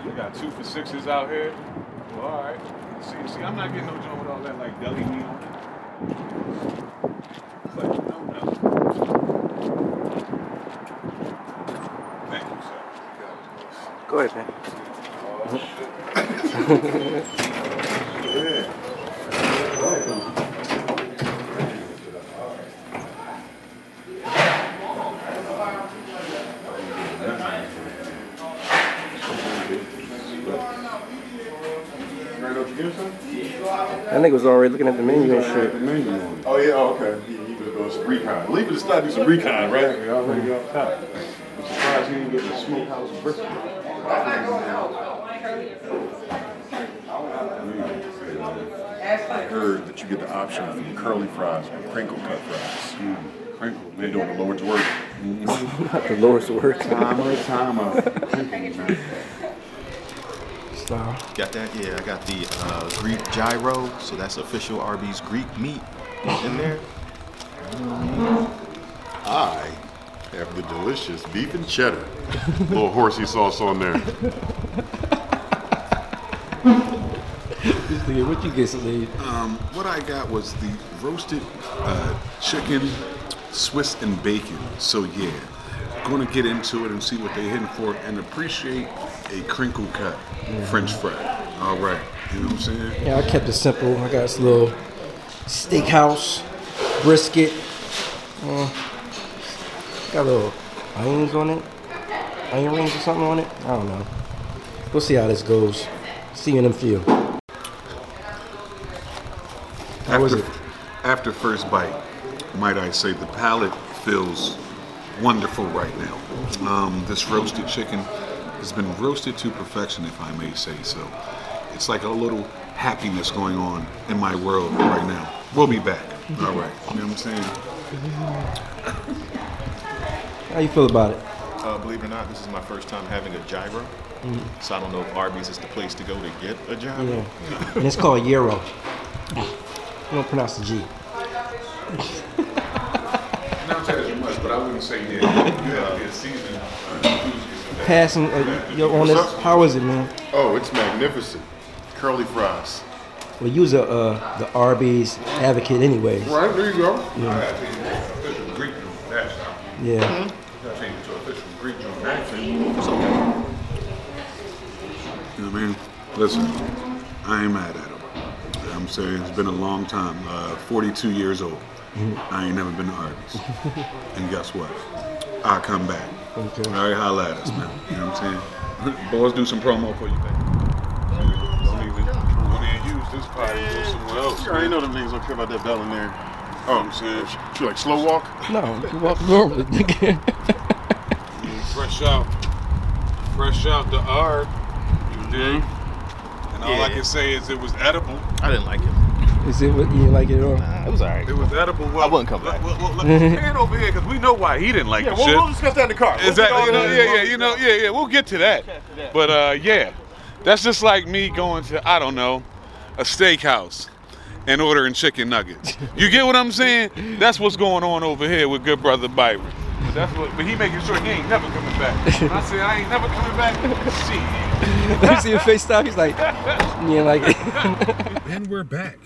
They got two for sixes out here. Well, all right. See, see, I'm not getting no joint with all that like deli meat on it. Click, no, no. Thank you, sir. Go ahead, man. That nigga was already looking at the menu and shit. Oh yeah, oh, okay. He, he was doing some recon. Leave it to start do some recon, right? We already up top. I'm surprised you didn't get the smokehouse brisket. I heard that you get the option from curly fries and crinkle cut fries. Mm, crinkle, They man. doing the Lord's work. Not the Lord's work. Timer, timer. Crinkle, man. Style. Got that? Yeah, I got the uh, Greek gyro, so that's official Arby's Greek meat in there. I have the delicious beef and cheddar. Little horsey sauce on there. What you get, Slade? Um, what I got was the roasted uh, chicken, Swiss and bacon. So yeah, going to get into it and see what they're hitting for, and appreciate a crinkle cut French fry. All right, you know what I'm saying? Yeah, I kept it simple. I got this little steakhouse brisket. Uh, got little onions on it, onion rings or something on it. I don't know. We'll see how this goes. See you in a few. How was it? After first bite, might I say the palate feels wonderful right now. Um, this roasted chicken has been roasted to perfection, if I may say so. It's like a little happiness going on in my world right now. We'll be back. All right. You know what I'm saying? How you feel about it? Uh, believe it or not, this is my first time having a gyro, so I don't know if Arby's is the place to go to get a gyro. Yeah. And it's called Euro. You don't pronounce the G. Not that as much, but I wouldn't say yeah. You have to get seasoned. Passing, uh, yo, on this. How was it, man? Oh, it's magnificent. Curly fries. Well, you was a, uh, the Arby's advocate anyway. Right, there you go. I gotta change it to official Greek Jew That's how. Yeah. I gotta change it to official Greek Jew That's You know what I mean? Listen, I ain't mad at him. You know what I'm saying it's been a long time. Uh, 42 years old. I ain't never been to Arby's. and guess what? I come back. Okay. All right, holla at us, man. You know what I'm saying? Boys, do some promo for you, man. Don't even, don't even use this pot and go somewhere else. You already know them niggas don't care about that bell in there. Oh, I'm serious. You like slow walk? No, you walk normally, nigga. Fresh out, fresh out the herb. You dig? And all I Mm-hmm. Yeah. can say is it was edible. I didn't like it. Is it what you like it all? Nah, it was alright. It was edible. Well, I wouldn't come back. Look, look, look, look, pan over here because we know why he didn't like the shit. discuss that in the car. exactly. You know, yeah, yeah. You know, yeah, yeah. We'll get to that. But uh, yeah, that's just like me going to I don't know a steakhouse and ordering chicken nuggets. You get what I'm saying? That's what's going on over here with good brother Byron. But that's what. But he making sure he ain't never coming back. When I said I ain't never coming back. Shit. you see your face stop? He's like, yeah, like it. And we're back.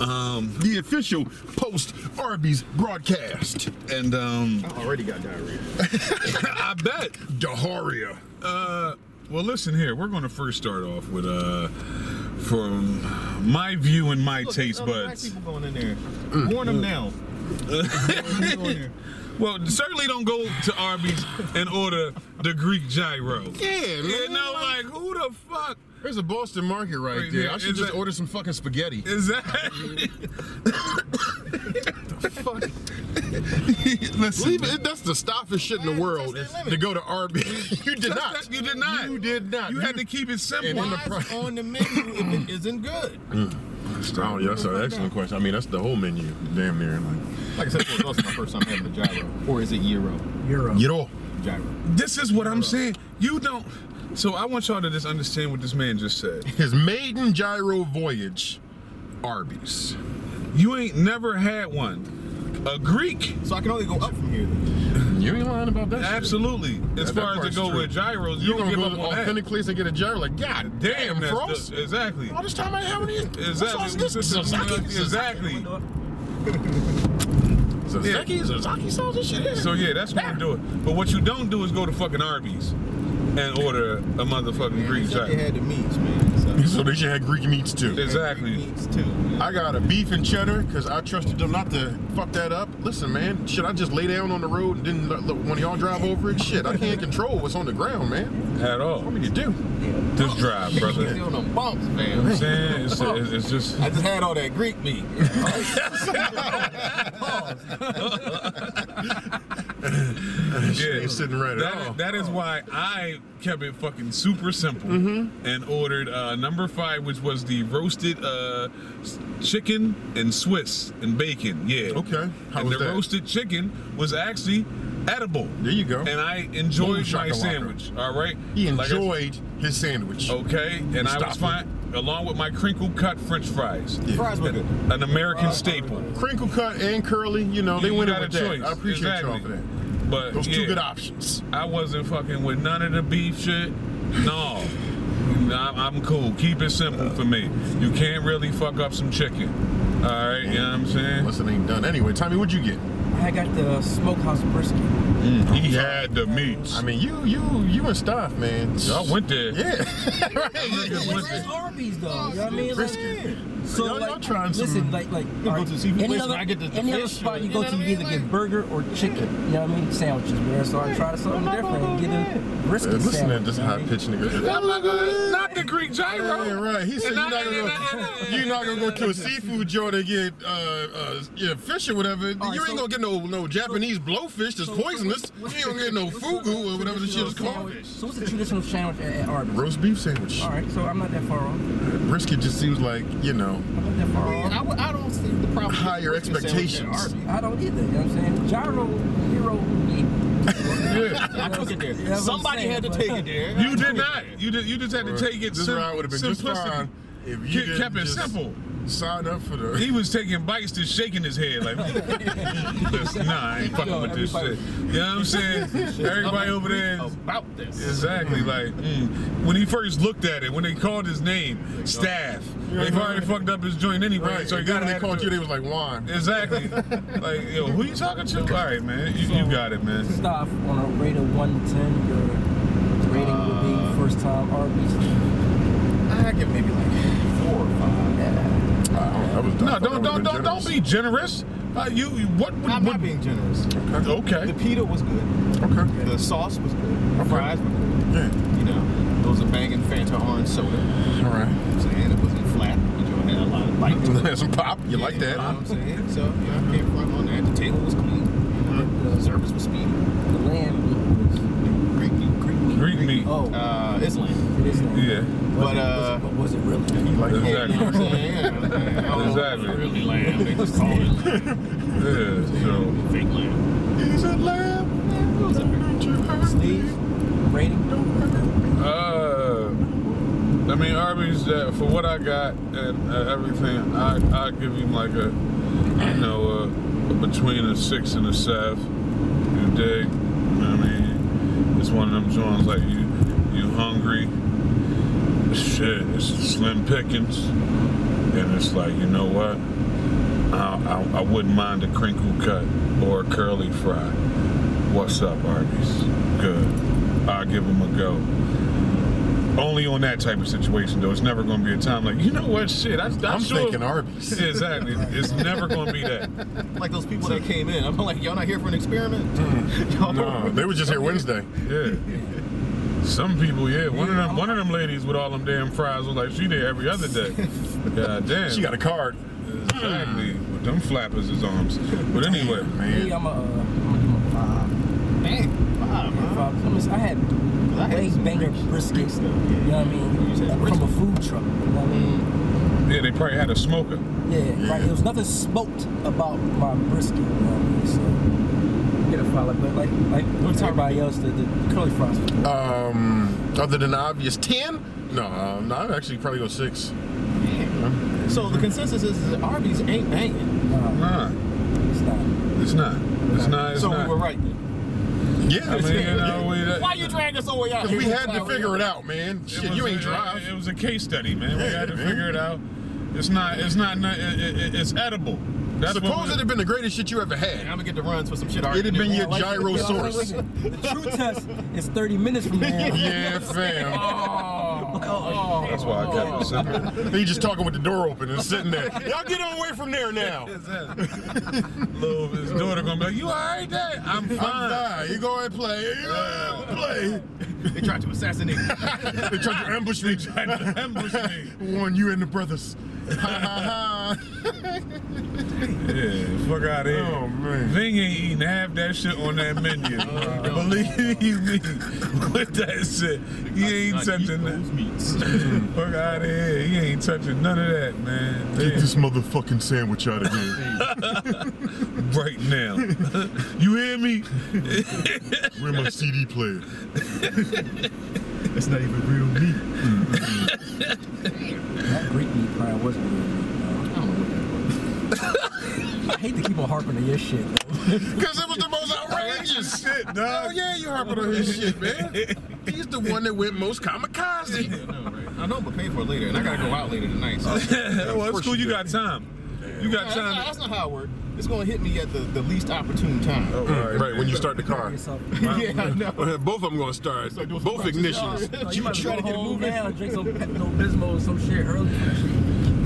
Um, the official post Arby's broadcast. And um I already got diarrhea. I bet Daharia. Uh, well, listen here. We're going to first start off with uh, from my view and my taste buds. people going in there. Mm. Warn them now. Well, certainly don't go to Arby's and order the Greek gyro. Yeah, man. You know, like who the fuck There's a Boston market right, Right there. there. I should Is just that- order some fucking spaghetti. is that? Listen, Leave it. That's the stoppiest shit in the world touched that to go to Arby's. you did That's not. not- you did not. You did not. You had to keep it And simple. in the Why is it on the Mm. menu if it isn't good? Oh, yeah, that's an excellent question. I mean, that's the whole menu, damn near. Like, Like I said, before, it's also my first time having a gyro. Or is it gyro? you know, Gyro. This is what I'm saying. You don't. So I want y'all to just understand what this man just said. his maiden gyro voyage, Arby's. You ain't never had one. A Greek So I can only go up from here. Then. Yeah, You ain't lying about that. shit. Absolutely. As That- that far as part's to go true. with gyros, you, You don't gonna give go up to on that. authentic place and get a gyro? Like, god damn, Damn, that's frost. the- exactly. All this time I haven't eaten. What's all Exactly. this- this Sazaki- Exactly. Sazaki, Sazaki sauce. This shit. is- So yeah, that's what I'm doing. But what you don't do is go to fucking Arby's and order a motherfucking Greek Except they salad. had the meats, man. So, So they should have Greek meats too. Exactly. meats too. man. I got a beef and cheddar because I trusted them not to fuck that up. Listen, man, should I just lay down on the road and then let, let one of y'all drive over it? Shit, I can't control what's on the ground, man. At all. What me to do? This drive, brother. Still them bumps, I'm man. saying it's, it's, it's just I just had all that Greek meat. Shit ain't sitting right that at all. is- that is why I kept it fucking super simple and ordered uh, number five, which was the roasted uh, s- chicken and Swiss and bacon. Yeah. Okay. How and was the that? roasted chicken was actually edible. There you go. And I Boom, enjoyed my shakalaka. sandwich. All right. he Like I- Oh. enjoyed his sandwich. okay, and I Stop was it. fine along with my crinkle cut French fries. Yeah. Fries were good. An American staple. Crinkle cut and curly, you know, they You went in got with a that. choice. I appreciate y'all Exactly. for that. But Those two yeah. good options. I wasn't fucking with none of the beef shit. No. Nah, I'm cool. Keep it simple for me. You can't really fuck up some chicken. All right, you know what I'm saying? Unless it ain't done. Anyway, Tommy, what'd you get? I got the smokehouse brisket. He had the meats. I mean, you, you, you and stuff, man. Y'all went there. Yeah. right. What It's the- like Arby's though. you know what I mean? Brisket. Like, so Y'all- y'all like, trying some- listen, like, like go alright, to the seafood any place other, and I get the- the any other fish, spot you you go know to, you what I either mean? get burger or chicken. You know what I mean? Sandwiches, man. So I tried something different and get a brisket Listen to sandwich. this you know what I high mean? pitched nigga. I'm not gonna, not the Greek Yeah, gyro. right. He said you're And not I- gonna and I- go, and I- you're not gonna go to a seafood joint and get uh, uh yeah, fish or whatever. All right, you ain't so- gonna get no no Japanese blowfish that's So- so what's- poisonous. what's you ain't the- gonna get no what's the fugu or whatever the shit traditional is called. sandwich? So what's the traditional sandwich at, at Arby's? Roast beef sandwich. All right, so I'm not that far off. Brisket just seems like you know. I'm not that far I, off. would- I don't see the problem. with Higher the chicken expectations. sandwich at Arby's. I don't either. You know what I'm saying? Gyro, hero, Yeah. I took it That's what there. I'm Somebody saying, had to but- take it there. You did not. You did. You just had to take it. This sim- ride would have been just simplicity. fine if you Ke- didn't kept it just simple. Sign up for the. He was taking bites, just shaking his head like, just, "Nah, I ain't fucking with this shit." You know what I'm saying? Everybody over there. is- About this. Exactly. Like mm. when he first looked at it, when they called his name, staff. They've already fucked up his joint anyway, Right. so So he got got when they it. called you, they was like wine. Exactly. like yo, who you talking to? All right, man. You, you got it, man. stuff on a rate of one to ten, your rating Uh, would be first time Arby's. I give maybe like four or five. Oh, That was No, don't don't don't don't be generous. Uh, you you- what would I'm what, not being generous. The okay? pita was good. Okay. The sauce was good. The fries were good. Yeah. You know, those are banging Fanta orange soda. You know All right. what I'm saying? It wasn't flat. But you had a lot of bite. to it. Some pop. You like You know that? what I'm saying? So, you know, I can't front on that. The table was clean. You know, the service was speedy. The lamb Greek meat, Greek meat. Greek meat. Oh, Uh, Islam. it is. lamb. Yeah, But, uh, was it, was it really? You like that? you know what I'm exactly. saying? Yeah, like, I don't know if it's Exactly. really lamb. They just call it lamb. Yeah, so. Fake lamb. He's a lamb. Don't you hurt me. Steve, rating? Don't hurt me. Uh, I mean Arby's. Uh, for what I got and uh, everything, I I give him like a, you know, uh, between a six and a seven. You dig? You know what I mean, it's one of them joints like you you hungry. Shit, it's slim pickings, and it's like you know what? I I, I wouldn't mind a crinkle cut or a curly fry. What's up, Arby's? Good. I'll give him a go only on that type of situation though. It's never going to be a time like you know what shit. I, I'm, I'm sure- thinking Arby's. Exactly. It's never going to be that. Like those people that came in. I'm like, y'all not here for an experiment? Y'all- No, they were just here Wednesday. Yeah. Some people, yeah. One of them, one of them ladies with all them damn fries was like she there every other day. God damn. She got Mm. a card. exactly with them flappers his arms. But anyway, Me, I'm a, uh, I'm a five. Dang, five, huh? Five. I, mean, I had I had way some banger Greek- Greek brisket. stuff, You know yeah. what I You mean? said From brisket. a food truck. You know what I mean? yeah, they probably had a smoker. Yeah, right. There was nothing smoked about my brisket. You know what I mean? So get a follow, but like like with everybody else, the, the curly fries. was good. Um, other than the obvious ten. No, um, no, I'd actually probably go six. Damn. So the consensus is that Arby's ain't banging. Nah, Nah, it's not. it's not. It's not. It's so not. we were right then. Yeah, I mean, you know, we, Why you drag us all the way out? we here? had to figure it out, man. Shit, was you ain't a- drive. It was a case study, man. we Yeah, had to man. figure it out. It's not. It's not. not it, it, it's edible. That's Suppose what it'd we, have been the greatest shit you ever had. I'm gonna get the runs for some shit. I already It'd have knew. been your Like, gyrosaurus. The true test is 30 minutes from now. Yeah, fam. Oh. That's why I kept it simple. He just talking with the door open and sitting there. Y'all get on away from there now. Little his daughter gonna be like, "You all right, Dad? I'm fine." I'm dying. You go and play. You go and play. They tried to assassinate. me. They tried to ambush me. Ambush me. Warn you and the brothers. Ha ha ha. Yeah, fuck out of here. Oh, man. Ving ain't eating half that shit on that menu. Believe me, quit that shit. He ain't touching that. Fuck out of here. He ain't touching none of that, man. Yeah, motherfucking sandwich out of here. right now. you hear me? Where my CD player? That's not even real meat. That Greek meat probably wasn't real meat, though. I hate to keep on harping on your shit. though. Because it was the most outrageous shit, dog. Oh, yeah, you harping on his shit, man. He's the one that went most kamikaze. I know, right? I know, but pay for it later, and I gotta go out later tonight. So. well, it's course cool. you You do. got time. You got that's, not, time. that's not how it works. It's gonna hit me at the, the least opportune time. Oh, all Right, when you start the car. Yourself. yeah, I know. Both of them gonna start. like doing some Both practice. ignitions. No, you might try try to to get it home moving. now and drink some Pepto Bismol or some shit early.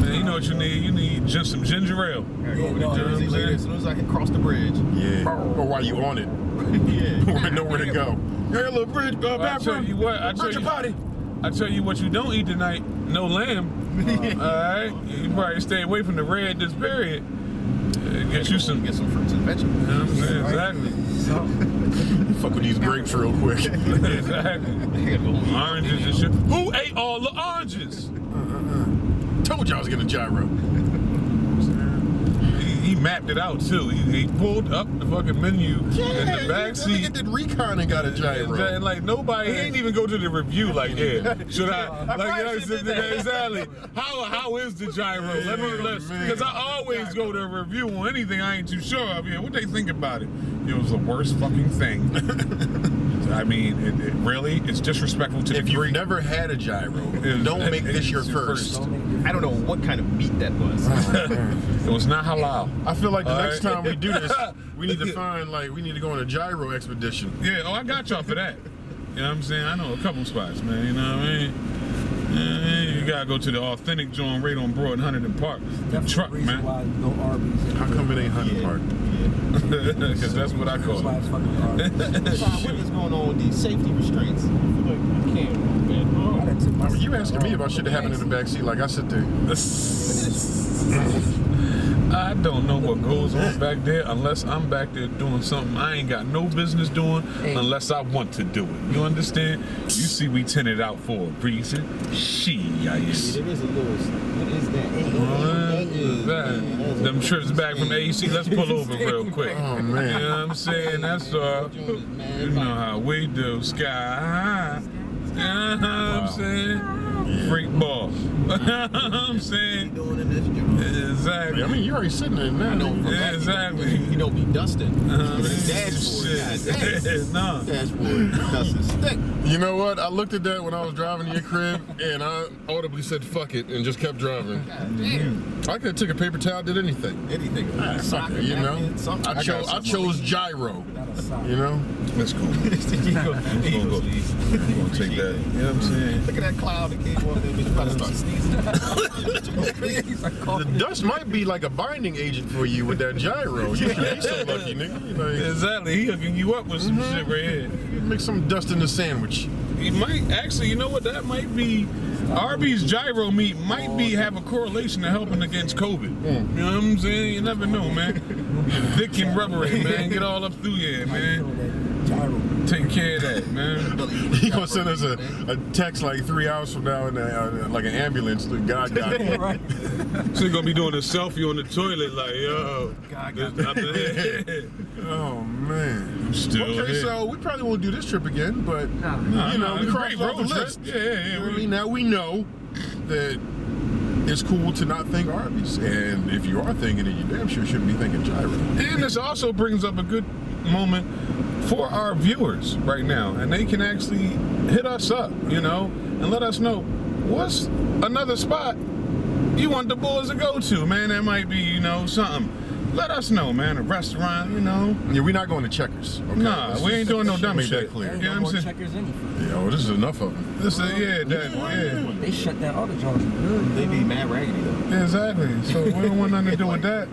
Man, you know what you need? You need just some ginger ale. I gotta Yeah, go no, to Jersey I'm later saying. as soon as I can cross the bridge. Yeah. Or while you on it. yeah. Or know where to go. Hey, little bridge, go Well, I back tell from. you what, I tell Bridge you, your body. I tell you what you don't eat tonight, no lamb. all right, you probably stay away from the red this period. Uh, Get you some. You Get some fruits and vegetables. know what I'm saying? Exactly. Fuck with these grapes real quick. exactly. I gotta go home. Oranges and shit. Who ate all the oranges? Told you I was gonna gyro. He, he mapped it out too. He, he pulled up the fucking menu in the back that nigga seat. did recon and got a gyro. And like nobody, he didn't even go to the review. Like, yeah, should I? Like, you know, exactly. exactly. How how is the gyro? Let me let man. because I always go to a review on anything I ain't too sure of. Yeah, what they think about it? It was the worst fucking thing. I mean, it, it really, it's disrespectful to If the you've Greek. never had a gyro, It- don't it- make this your it's first. Oh, Don't make it I don't know what kind of meat that was. It was not halal. I feel like the All next right. time we do this, we need to find like we need to go on a gyro expedition. Yeah, oh, I got y'all for that. You know what I'm saying? I know a couple spots, man. You know what I mean? Eh, You gotta go to the authentic joint right on Broad and Huntington Park. The That's truck, the reason man. why no Arby's. How come it ain't hunting park? Because that's what I That's call why it. it's fucking Arby's. So what is going on with these safety restraints? Oh. I feel like I I can't. man. done took my- Are you asking me about shit that happened in the backseat? Like I sit there. I don't know what goes on back there unless I'm back there doing something I ain't got no business doing unless I want to do it. You understand? You see, we tinted out for a reason. She, yikes. It is a little. What is What is that? that? Them trips back from AEC, let's pull over real quick. Oh You man. know what I'm saying? That's all. You know how we do, Sky. High. You know what I'm saying? Freak ball. I'm saying? Doing in this job. Exactly. I mean, you already sitting there now. No, for Yeah, black exactly. people, You don't be dusting. Uh-huh. Uh, It's shit. dashboard. God damn. Nah. Dashboard. Dusting stick. You know what? I looked at that when I was driving to your crib, and I audibly said "fuck it" and just kept driving. God damn. I could have took a paper towel, did anything. Anything. Mm-hmm. Ah, Sucker, you know. Something. I chose. I chose gyro. Not a sock. You know. That's cool. We're gonna take that. You know what I'm saying? Look at that cloud that came up there. Bitch, about to start sneezing. He's like The coughing. dust might be like a binding agent for you with that gyro. You ain't so lucky, nigga. You know, you Exactly. He hooking you up with some shit right here. can make some dust in the sandwich. He might actually. You know what? That might be. Arby's gyro meat might be have a correlation to helping against COVID. You know what I'm saying? You never know, man. Thick and rubbery, man. Get all up through here, man. That Gyro. Take care of that, man. He gonna send us a, a text like three hours from now, and uh, like an ambulance. The God got it. Right. So you gonna be doing a selfie on the toilet, like yo. God, God. this- I'm here. Oh man. I'm still Okay, here. so we probably won't do this trip again, but Nah, you know nah, we it's a crossed great off the road trip. list. Yeah, yeah, yeah. You know We- what I mean, now we know that it's cool to not think Arby's, and if you are thinking it, you damn sure shouldn't be thinking gyro. And this also brings up a good moment for our viewers right now, and they can actually hit us up, you know, and let us know what's another spot you want the boys to go to, man. That might be, you know, something. Let us know, man. A restaurant, you know. Yeah, we're not going to checkers. Okay? Nah, Let's we ain't doing no let's dummy keep that day. Clear. Ain't Yeah, no I'm more saying- checkers anything. Yo, this is enough of them. This is, yeah, that, yeah. They shut down all the joints. Good. They be mad raggedy though. Exactly. So we don't want nothing to do with that.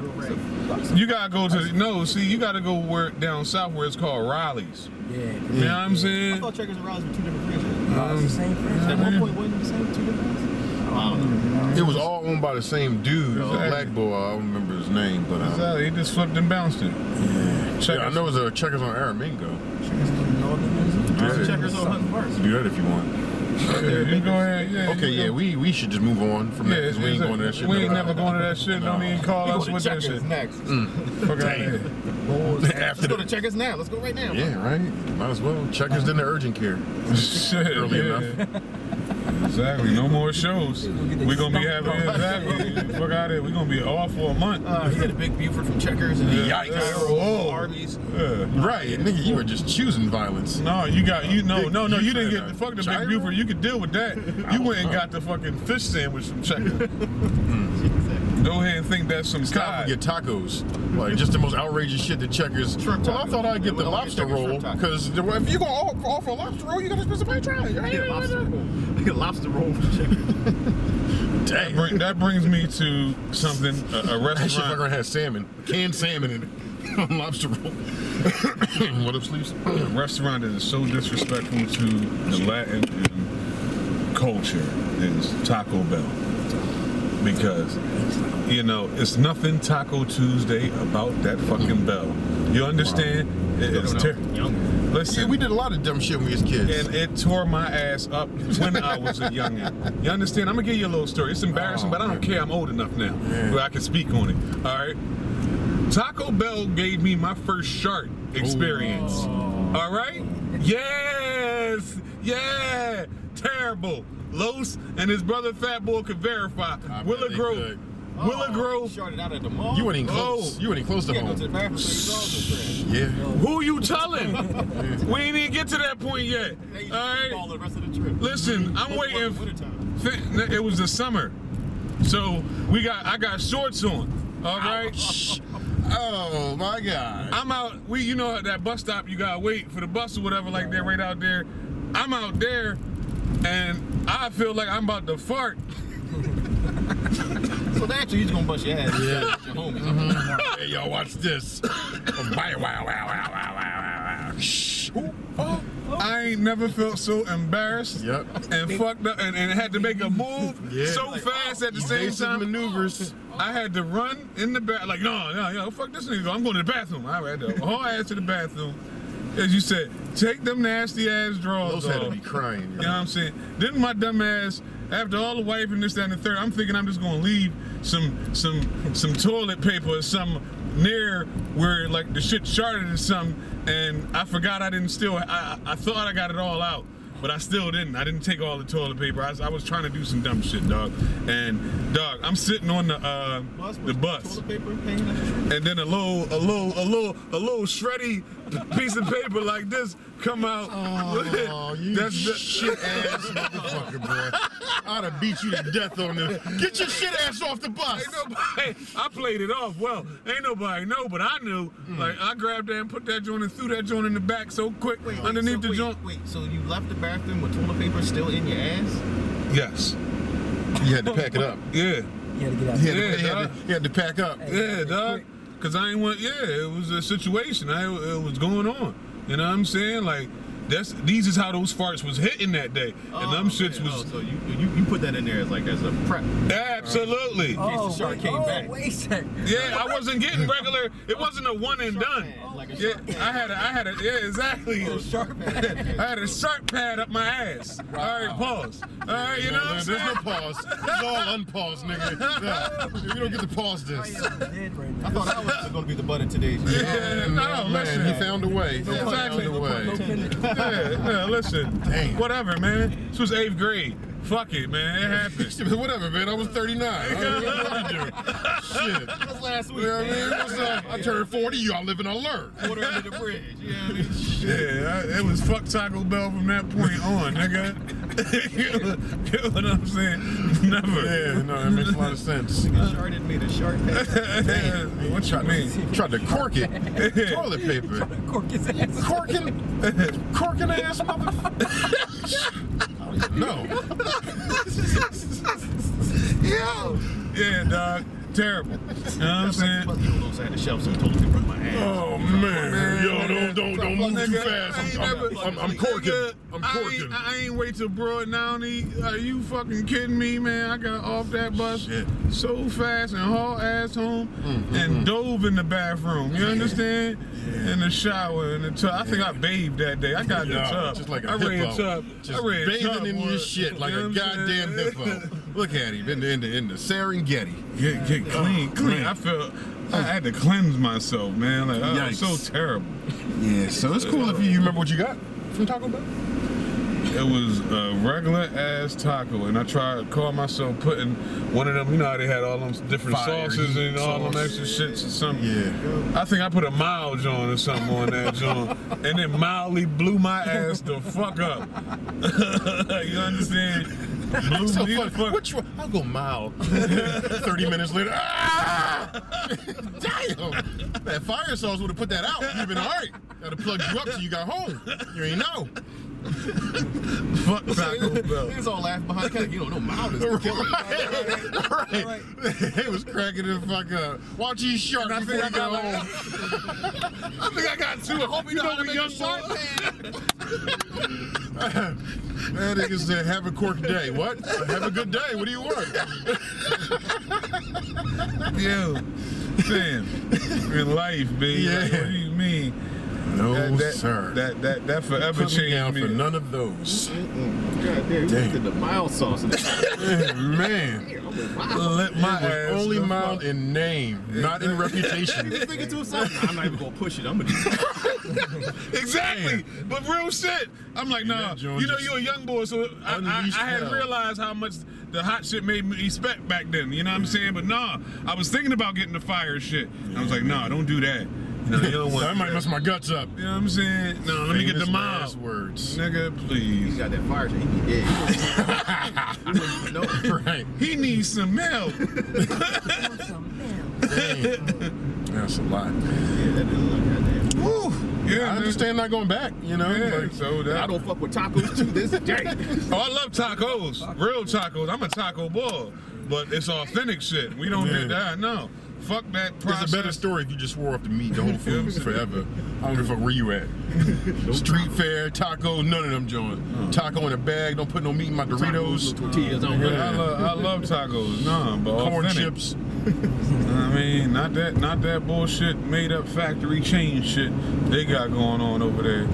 Lots of- You gotta go to the, no. See, you gotta go where down south where it's called Riley's. Yeah. You know what I'm I saying? thought Checkers and Rollins were two different franchises. No, it's the same At franchise. one point, wasn't it the same two different ones? I don't know. It was all owned by the same dude, Exactly. a black boy. I don't remember his name, but uh, Exactly. He just flipped and bounced it. yeah, I know it was a checkers on Aramingo. Checkers in Northern Minnesota. Yeah. Checkers on Hunting Park. Do that if you want. Yeah, you go ahead. Yeah, Okay, you yeah, go- we we should just move on from that Mm-hmm. yeah, 'cause we ain't exactly. going to that shit. We ain't no never more. going to that shit. Don't even call us Go with to that checkers shit. next. Mm. Fuck outta here. Let's go to checkers now. Let's go right now. Yeah, right. Might as well. Checkers than the urgent care. Shit. Early yeah. Exactly. No more shows. We gonna be having exactly. Fuck out here. We gonna be off for a month. Uh, he had a big Buford from Checkers and Yeah. Yikes. Whoa. Arby's. Yeah. Right, nigga, you were just choosing violence. No, you got you no no no you didn't get the fuck the Gyro? big Buford. You could deal with that. You went and got the fucking fish sandwich from Checker. Go ahead and think that's some Stop cod. with your tacos. Like, just the most outrageous shit that checkers. Shrimp well, I tacos. thought I'd get the Yeah, we don't lobster get chicken roll, shrimp tacos. because if you're going to offer a lobster roll, you got to specify try. it. Yeah, lobster roll. Like a lobster roll from Checkers. That, bring, that brings me to something a, a That shit fucking restaurant. has salmon, canned salmon in it, lobster roll. what up, sleeves? A restaurant that is so disrespectful to the Latin um, culture is Taco Bell because you know it's nothing Taco Tuesday about that fucking bell. You understand? It- it's ter- Yeah, Listen, we did a lot of dumb shit when we was kids. and it tore my ass up when I was a youngin. You understand? I'm gonna give you a little story. It's Oh, embarrassing, but I don't care. I'm old enough now where I can speak on it. All right. Taco Bell gave me my first shark experience. Oh. All right. Yes. Yeah. Terrible. Los and his brother Fat Boy could verify. bet Willow they Grove. could. Oh, Willow Grove. Shorted out at the mall. you weren't even close. Oh. You weren't even close to You gotta go to the home. bathroom so you Yeah. Who you telling? we ain't even get to that point yet. All right. the rest of the trip. Listen, I'm waiting. Winter time. Th- it was the summer, so we got I got shorts on. All right, Oh my god. I'm out. We you know at that bus stop you gotta wait for the bus or whatever like that right out there. I'm out there, and I feel like I'm about to fart. So naturally, you just gonna bust your ass. Yeah. Your homies. Uh-huh. hey, y'all, watch this. Oh, my- wow, wow, wow, wow, wow, wow. Shh. Ooh. I ain't never felt so embarrassed Yep. and fucked up and, and had to make a move Yeah. so Like, oh, fast at the same Evasive time. maneuvers. I had to run in the bath. Like, no, no, no, fuck this nigga. I'm going to the bathroom. I had to haul ass to the bathroom. As you said, take them nasty ass drawers Those had to off. be crying. You know what I'm saying? Then my dumb ass, after all the wiping this, that, and the third, I'm thinking I'm just gonna leave some some some toilet paper or some near where like the shit sharded or something, and I forgot I didn't still. I, I I thought I got it all out, but I still didn't. I didn't take all the toilet paper. I was, I was trying to do some dumb shit, dog. And dog, I'm sitting on the uh, the bus Toilet paper, hanging up your shirt. and then a little, a little, a little, a little shreddy piece of paper like this come out. Oh, you That's the- shit ass motherfucker, boy. I'd have beat you to death on this. Get your shit ass off the bus. Ain't nobody. I played it off well. Ain't nobody know, but I knew. Mm. Like I grabbed that and put that joint and threw that joint in the back so quick underneath so the wait, joint. Wait, so you left the bathroom with toilet paper still in your ass? Yes. You had to pack it up. Yeah. You had to get out. You Yeah. had, Yeah, to, you, had dog. to, you had to pack up. Yeah, dog. Cause I ain't want. Yeah, it was a situation. I it was going on. You know what I'm saying? Like that's these is how those farts was hitting that day, and them shits man. was Oh, so you, you you put that in there as like as a prep. absolutely. Oh, shark wait, came oh, back. wait a second. Yeah, I wasn't getting regular. It wasn't a one and done. Like a Oh, Yeah, shark I had a, I had a, yeah, exactly. Shark I had a shark pad up my ass. All right, pause. All right, you know what I'm There's no saying? pause. It's all unpaused, nigga. Yeah. You don't get to pause this. Oh, dead right now. I thought I was gonna be the butt of today's. show. Yeah, no, uh, Man, listen. he found a way. He Exactly. found a way. No pendant. Yeah, yeah, listen. Damn. Whatever, man. This was eighth grade. Fuck it, man. It happens. Whatever, man. I was 39. I don't know what I do. Shit. That was last You week. know what I man. mean? What's up? I turned 40. Y'all live and I learn. Water under the bridge. You know what I mean? Yeah, I- it was fuck Taco Bell from that point on, nigga. you, know, you know what I'm saying? Never. Yeah, no, that makes a lot of sense. The shark didn't made a shark head. Damn, what you mean? Tried to cork it. Toilet paper. Cork his ass. Corking, corking ass motherfucker. No. Yeah, dog. Terrible. You know what I'm saying? But you know those had the shelves and told me to run my ass. Oh man, yo, man. don't don't don't move too fast. I'm, I'm, I'm, I'm corking. Nigga, I'm I ain't, corking. I ain't wait till broad now. and eat. Are you fucking kidding me, man? I got off that bus Shit. Mm, so fast and hauled ass home and dove in the bathroom. You understand? In the shower, in the tub. I think I bathed that day. I got in the Yeah, tub. just like a I read hippo. tub. Just I read bathing tub, in boy. your shit like You a know what I'm goddamn saying? hippo. Look at him in the in the, in the Serengeti. Get, get clean, clean. I felt I had to cleanse myself, man. Like, I was Yikes. so terrible. Yeah, so it's cool if you, you remember what you got from Taco Bell. It was a regular ass taco, and I tried to call myself putting one of them. You know how they had all them different Fire, sauces heat, and all them sauce. extra shits and something. Yeah. I think I put a mild joint or something on that joint, and it mildly blew my ass the fuck up. you understand? Blew So me the fun. fuck. Which one? I'll go mild. Thirty minutes later, ah! damn! That fire sauce would have put that out. You've been all right. Gotta plug you up till you got home. You ain't know. fuck Taco Bell. Niggas all laugh behind the camera. You don't know mild is the killer. right. It was cracking the fuck up. Watch these sharks I before think I you got go like, home. I think I got two. I hope you know how to make a shark That nigga said, have a cork day. What? Have a good day. What do you want? Yo, Sam, in life, B. Like, Yeah. what do you mean? No, that, that, sir. That that that forever Put me changed down me. for none of those. God damn, you Damn. did the mild sauce in the Man. Let my it was ass only the mild in name, not in reputation. He's thinking to himself, "Nah, I'm not even gonna push it. I'm gonna just fuck- Exactly, but real shit. I'm like, nah. that joint You know, just you a young boy, so I, I, unleashed I hadn't hell. realized how much the hot shit made me respect back then. You know what I'm saying? But nah, I was thinking about getting the fire shit. I was like, nah, don't do that. No, you don't want. I might mess my guts up. You know what I'm saying? No, let me get the Famous last mild. words. Nigga, He's please. got that fire shit. He be dead. You wouldn't even know. Right. He needs some milk. Damn. That's a lot. Yeah, that dude look goddamn. Woo. Yeah, I man. understand not going back, you know? Yeah, Like, so that, I don't fuck with tacos to this day. Oh, I love tacos. Real tacos. I'm a taco boy, but it's authentic shit. We don't Yeah. do that. No. Fuck that process. It's a better story if you just swore off the meat, the whole food forever. I don't give a fuck where you at. Street fair, taco, none of them joints. Taco in a bag, don't put no meat in my Doritos. Tacos, tortillas, I don't really- I love, I love tacos. No, but Corn authentic. chips. I mean, not that, not that bullshit made up factory chain shit they got going on over there.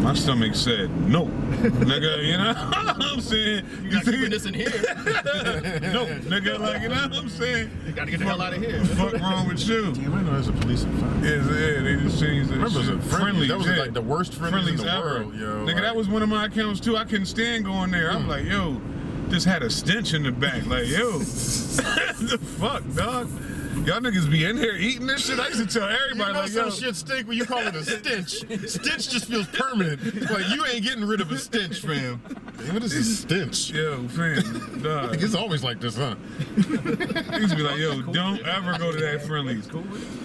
My stomach said no, nigga. You know what I'm saying? You, Not keeping think this in here. no, nigga? Like you know what I'm saying? You gotta get the hell out of here. Fuck wrong with you? Damn, I know there's a police in front. Yeah, yeah, they just changed that Remember, shit. the friendly, that was yeah. like the worst friendlies friendlies, in the ever. world, yo. Nigga, like, Hmm. that was one of my accounts too. I couldn't stand going there. I'm like, yo, just had a stench in the back. Like, yo, the fuck, dog. Y'all niggas be in here eating this shit. I used to tell You know everybody, like, some yo, shit stink when you call it a stench. stench just feels permanent. Like you ain't getting rid of a stench, fam. What is a stench? yo, fam, dog. It's always like this, huh? I used to be like, yo, don't ever go to that friendlies.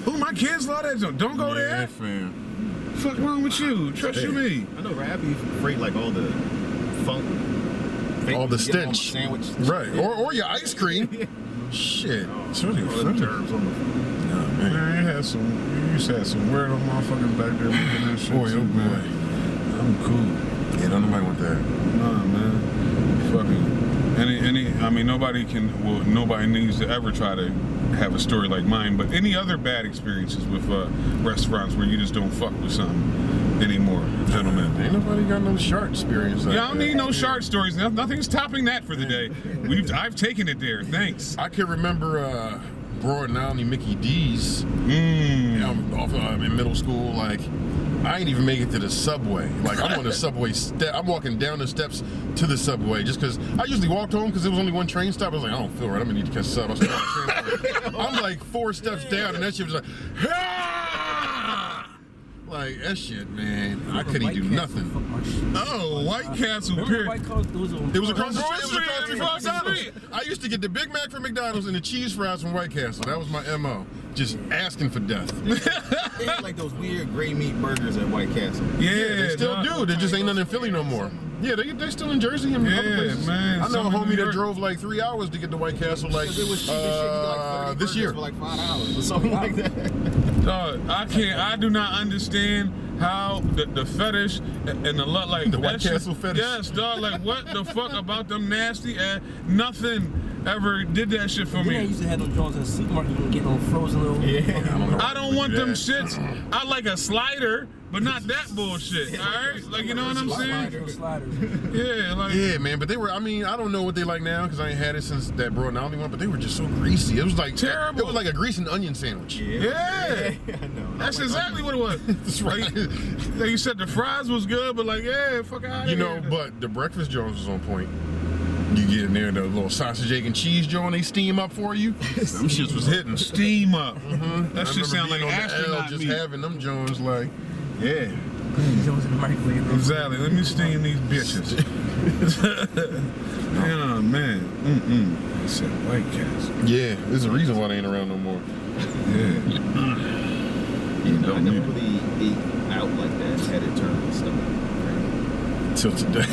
Ooh, my kids love that joint. Don't go there. fam. Fuck wrong with you? Trust you me. I know, right? I be afraid like all the funk. fake- All the you get on my stench. Sandwich. Right. Or or your ice cream. Shit. oh It's really All them funny. germs on the- Nah, man. Man, you had some, you used to have some weirdo motherfuckers back there looking at shit. Boy, too, oh man. boy. I'm cool. Yeah, don't nobody want that. Nah, man. Fucking any any. I mean, nobody can. Well, nobody needs to ever try to have a story like mine. But any other bad experiences with uh, restaurants where you just don't fuck with something anymore, gentlemen. Ain't nobody got no shark experience. Like Yeah, I don't that. need no shark stories. No- Nothing's topping that for the day. We've I've taken it there. Thanks. I can remember uh, broad Nolly Mickey D's. Mm. And I'm off, I'm in middle school. Like, I ain't even make it to the subway. Like, I'm on the subway step. I'm walking down the steps to the subway just because I usually walked home because there was only one train stop. I was like, I don't feel right. I'm gonna need to catch a sub. I was like, "Oh, train stop." I'm like four steps down, and that shit was like, "Ah!" like that shit, man. I couldn't do nothing. Oh, White Castle. Remember Period. White Castle? It was, on It was across the Across street. It the was across the street, across street from the McDonald's. I used to get the Big Mac from McDonald's and the cheese fries from White Castle. That was my mo. Just asking for death. They had like those weird gray meat burgers at White Castle. Yeah, they still dog. do. There just ain't nothing in Philly no more. Yeah, they they still in Jersey and other Yeah, places. man, I know a some in New homie that York. drove like three hours to get to White Castle. Like, Because it was cheap as shit. You get like uh, 30 this burgers year. for like five dollars or something like that. Dog, I can't. I do not understand how the, the fetish and the love, like The White that shit- Castle fetish. Yes, dog. Like what the fuck about them nasty ass? Nothing ever did that shit for Then I me. used to have them Jones in the supermarket. You can get on frozen little. Yeah. I don't want them shits. I like a slider, but not that bullshit. All right, like you know what I'm saying? Sliders. sliders. Yeah, like Yeah, man, but they were. I mean, I don't know what they like now because I ain't had it since that bro and only one. But they were just so greasy. It was like Terrible. It was like a grease and onion sandwich. yeah. That's exactly what it was. That's right. Like you said, the fries was good, but like yeah, fuck out. you know, but the breakfast Jones was on point. You get in there, the little sausage, egg, and cheese joint they steam up for you. Them shits was hitting. steam up. Mm-hmm. That I shit remember sound like being on the L astronaut Just meat. having them Jones like, yeah. Jones in the microwave. Exactly. Let me sting these bitches. oh man. Mm-mm. It's that White Castle. Yeah, there's a reason why they ain't around no more. Yeah. You know, I never really ate out like that. Had it turned and stuff. Till today.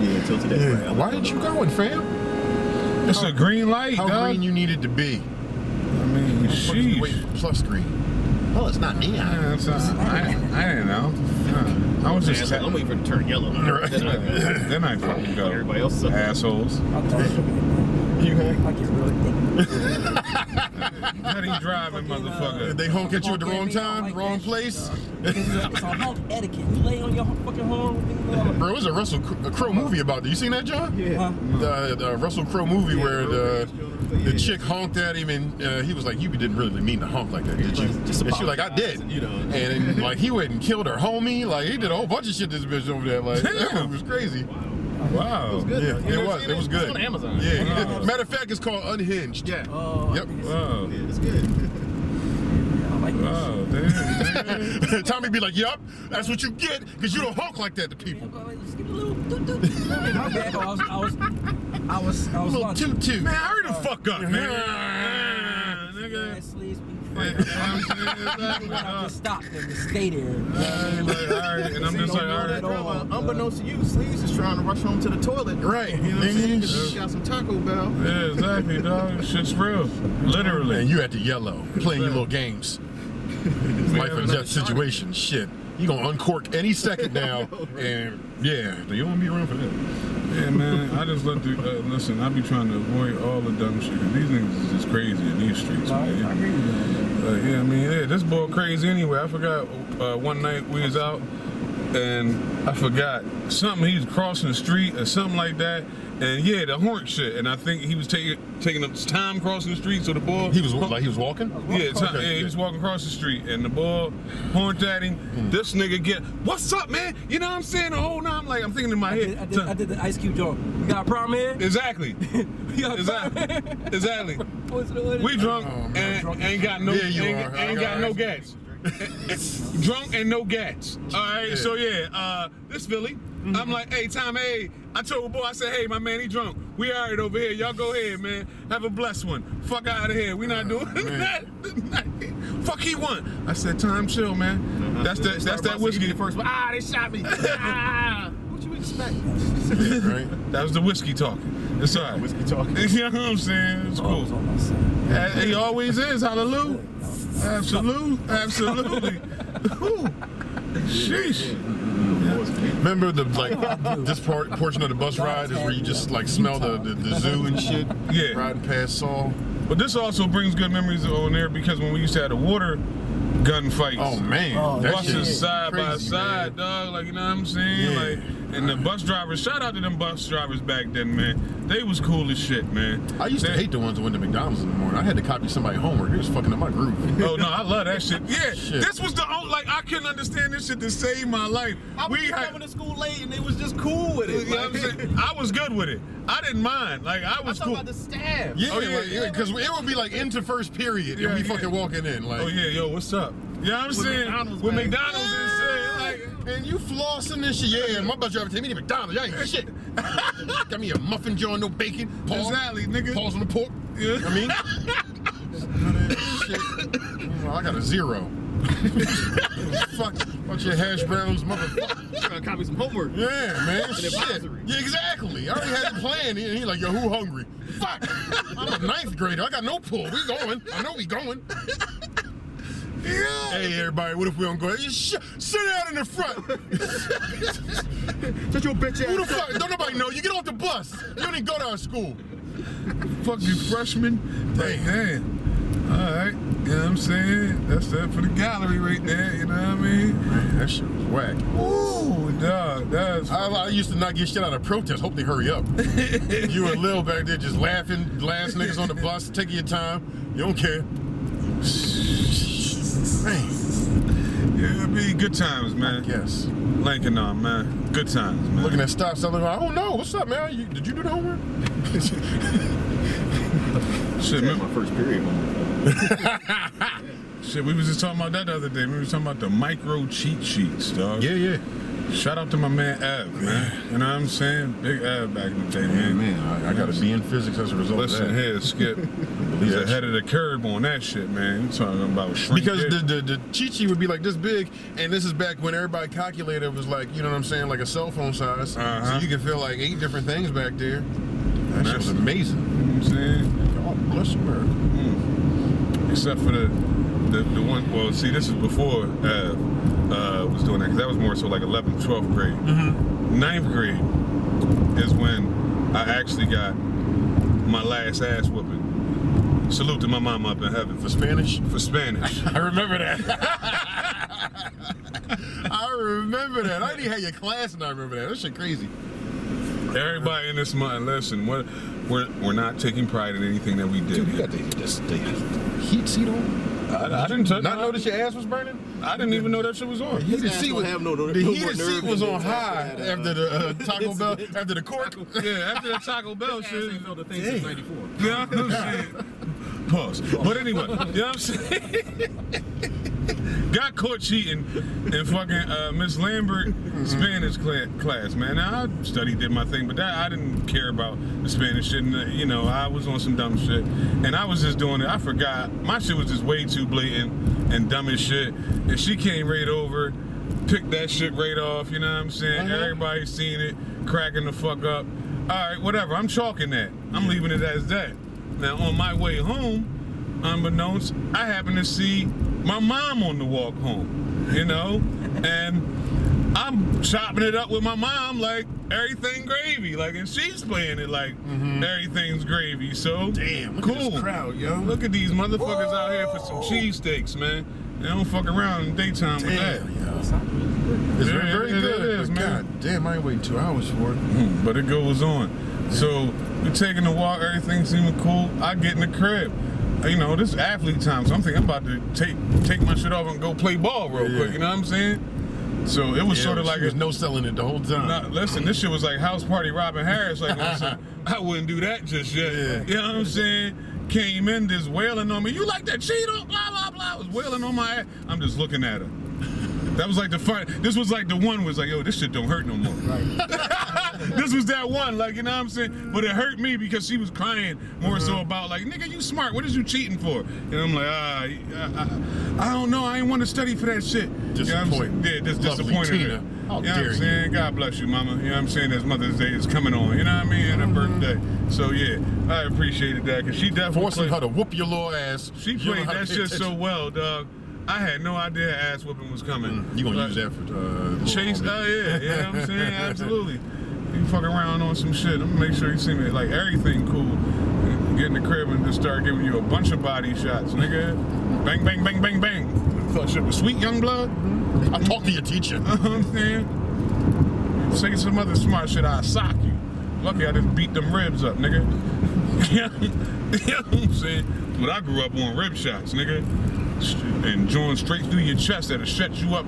Yeah, until today. right? I Why like did you it. going, fam? It's a green light, How dog. green you needed to be. I mean, sheesh. Wait, plus green. Oh, it's not neon. Yeah, it's, uh, I, I didn't know. Uh, I was Yeah, it's just. like, I'm Then waiting for it to turn yellow. Right. Then I- I fucking go. Everybody else up. Assholes. I thought you I get really thick. How you driving, Fucking, uh, motherfucker? Did they honk at you at the Honk wrong me, I time, like wrong that place? shit, dog. It's a- it's a honk etiquette. You lay on your fucking horn. you know, like, Bro, it was a Russell Cr- a Crowe movie about that. You seen that, John? huh? Yeah. The, the Russell Crowe movie where the the chick honked at him and uh, he was like, "You didn't really mean to honk like that, did you?" Just and she was like, "I apologize did," and, you know. and then, like he went and killed her homie. Like he did a whole bunch of shit to this bitch over there. Like it was crazy. Wow. good, Yeah, though. You it never was. seen It was good. It's on Amazon. Yeah. Matter of fact, it's called Unhinged. Yeah. Oh, Yep. Wow. Yeah, it's good. I like Uh, that. shit. Wow. Damn. Tommy be like, "Yup, that's what you get because you don't honk like that to people." Just give me a little doot doot. My bad. I was, I was, I was, I was Little lunching. toot toot. Man, hurry the fuck up, Yeah. man. Yeah, Nigga. sleeves be Yeah, free. I'm saying, exactly, I dog. just stopped and just stay there. Like, all right, and I'm just like, all right. uh, Unbeknownst to you, Sleeves is trying to rush home to the toilet. Right. You know what I'm saying? 'Cause Yeah. she got some Taco Bell. Yeah, exactly, dog. Shit's real. Literally. And you at the yellow playing your little games. Life and death situation. Shit. You gonna uncork any second now, and yeah, you don't wanna be around for that. Yeah, man. I just love to uh, listen. I be trying to avoid all the dumb shit. 'cause These niggas is just crazy in these streets, man. Uh, yeah, I mean, yeah, this boy crazy anyway. I forgot uh, one night we was out and I forgot something. He was crossing the street or something like that. And yeah, the horn shit. And I think he was taking taking up his time crossing the street. So the boy He was like he was walking. Yeah, it's not- Okay, yeah, he yeah. was walking across the street and the ball horned at him. Hmm. This nigga get, what's up, man? You know what I'm saying? The whole night, I'm like, I'm thinking in my I head. did, I, did, I did the ice cube joke. You got a problem here? Exactly. You got a problem Exactly. exactly. here? We drunk Oh, man. and Drunk. ain't got no Yeah, you ain't, are. ain't got no Alright. gas. drunk and no gas. All right, Yeah. so yeah, uh, this Philly. I'm like, hey, Tom, hey. I told the boy, I said, hey, my man, he drunk. We all right over here. Y'all go ahead, man. Have a blessed one. Fuck out of here. We not doing that. man. Fuck he want. I said, Tom, chill, man. That's that. That's that Starbucks, you whiskey. get the first one. Ah, they shot me. Ah. What you expect? right. That was the whiskey talking. It's all right. Whiskey talking. You know what I'm saying? It's cool. on my side. Oh, Uh, He always is. Hallelujah. Absolute. Absolutely. Ooh. Sheesh. Remember the like this part portion of the bus ride is where you just like smell the the, the zoo and shit. Yeah. Riding past Saul. But this also brings good memories on there because when we used to have the water gunfights. Oh man, Oh, that Buses shit buses is side by crazy, man. side, dog. Like you know what I'm saying? Yeah. Like and the bus drivers. Shout out to them bus drivers back then, man. They was cool as shit, man. I used to They- hate the ones that went to McDonald's in the morning. I had to copy somebody homework. It was fucking up my groove. Oh no, I love that shit. Yeah, Shit. this was the only like I couldn't understand this shit to save my life. I was we just had, coming to school late and they was just cool with you it. know what I'm like- saying? I was good with it. I didn't mind. Like I I'm was talking cool. about the staff. Yeah, Oh, yeah, like, yeah, because it would be like into first period Yeah, and we yeah. fucking walking in. Like, Oh yeah, yo, what's up? You know what I'm saying? McDonald's, with man. McDonald's and shit, Yeah, like. like, and you flossing and shit. Yeah, my bus driver take me to McDonald's. Y'all ain't shit. Got me a muffin joint, no bacon. Pause. Exactly, nigga. Pause on the pork. Yeah. I mean, shit. Well, I got a zero. Fuck, bunch of hash browns, motherfucker. I'm gonna copy some homework. Yeah, man. Shit. advisory. Yeah, exactly. I already had it planned. He, he like, yo, who hungry? Fuck. I'm a ninth grader. I got no pull. We going. I know we going. Hey everybody, what if we don't go? You sh- sit down in the front. Shut your bitch Who the fuck? Don't nobody know. You get off the bus. You don't even go to our school. Fuck you, freshman. Like, damn. All right. You know what I'm saying? That's that for the gallery right there. You know what I mean? Man, that shit was whack. Ooh, dog. That's. I, I used to not get shit out of protest. Hope they hurry up. you and Lil back there just laughing, last niggas on the bus, taking your time. You don't care. Man, Yeah, it'd be good times, man. yes. Lincoln on, man. Good times, man. Looking at stop something. I don't know. What's up, man? You, did you do the homework? shit, man. my first period moment. Shit, we was just talking about that the other day. We was talking about the micro cheat sheets, dog. yeah. Shout out to my man Ev, man. You know what I'm saying? Big Ev back in the day, Man, man. man, I, I got a B in physics as a result Listen of that. here, Skip. He's that ahead of the curb on that shit, man. You talking about shrinkage. Because the, the, the Chi-Chi would be like this big, and this is back when everybody calculator was like, you know what I'm saying, like a cell phone size. Uh-huh. So you could feel like eight different things back there. That shit That's- was amazing. You know what I'm saying? God bless America. except for the the, the one. Well, see, this is before uh, uh, was doing that because that was more so like 11th, 12th grade. Ninth grade is when I actually got my last ass whooping. Salute to my mom up in heaven The for, Spanish. for Spanish. I remember that. I remember that. I already had your class and I remember that. That shit crazy. Everybody in this mind, listen, we're, we're, we're not taking pride in anything that we did. Dude, you got the, this, the heat seat on? I, I didn't touch. Not notice your ass was burning? I didn't even know that shit was on. Heated ass don't have no- the no more heated nerve seat was on endings high after that, uh, after the uh, Taco Bell, after the court. Yeah, after that Taco Bell Ass shit. ain't felt a thing since 94. You know what I'm saying? Pause. But anyway, you know what I'm saying? Got caught cheating in fucking uh, Miss Lambert Spanish cla- class, man. Now, I studied, did my thing, but that I didn't care about the Spanish shit. And, uh, you know, I was on some dumb shit, and I was just doing it. I forgot my shit was just way too blatant and dumb as shit. And she came right over, picked that shit right off. You know what I'm saying? Everybody seen it, cracking the fuck up. All right, whatever. I'm chalking that. I'm leaving it as that. Now, on my way home, unbeknownst, I happened to see my mom on the walk home, you know? And I'm chopping it up with my mom like everything gravy. Like, and she's playing it like everything's gravy. So, Mm-hmm. Damn, look at cool. this crowd, yo. Look at these motherfuckers out here for some cheesesteaks, man. They don't fuck around in the daytime with that. It's Yeah, very, very it good. is, but man. God damn, I ain't waiting two hours for it. Mm, but it goes on. So we're taking a walk, everything seeming cool. I get in the crib. You know, this is athlete time, so I'm thinking I'm about to take take my shit off and go play ball real Yeah. quick. You know what I'm saying? So it was Yeah, sort of like there's a, no selling it the whole time. nah, listen, this shit was like house party Robin Harris. Like, listen, I wouldn't do that just yet. Yeah. You know what I'm saying? Came in just wailing on me. You like that Cheeto? Blah blah blah. Was wailing on my ass. I'm just looking at her. That was like the fun. This was like the one was like, yo, this shit don't hurt no more. this was that one, like you know what I'm saying. But it hurt me because she was crying more so Uh-huh. about like, nigga, you smart. What is you cheating for? And I'm like, ah, I, I, I don't know. I ain't want to study for that shit. You know what I'm saying? Disappointed. yeah, just Lovely disappointed. in her. Tina. How you know what dare I'm you. saying? God bless you, mama. You know what I'm saying? As Mother's Day is coming on. You know what I mean? And her birthday. So yeah, I appreciated that because she definitely Mm-hmm. Forcing played- her to whoop your little ass. she You don't played know how to that pay shit so attention. well, dog. I had no idea ass whooping was coming. You gonna Like, use that for uh, little Chase, homie. oh yeah, you know what I'm saying? Absolutely. You fuck around on some shit. I'm gonna make sure you see me. Like everything cool. Get in the crib and just start giving you a bunch of body shots, nigga. Bang, Mm-hmm. bang, bang, bang, bang. thought shit was sweet, young blood. I talked to your teacher. You know what I'm saying? I'm saying some other smart shit, I'll sock you. Lucky I just beat them ribs up, nigga. you know what I'm saying? But I grew up on rib shots, nigga. And joint straight through your chest that'll shut you up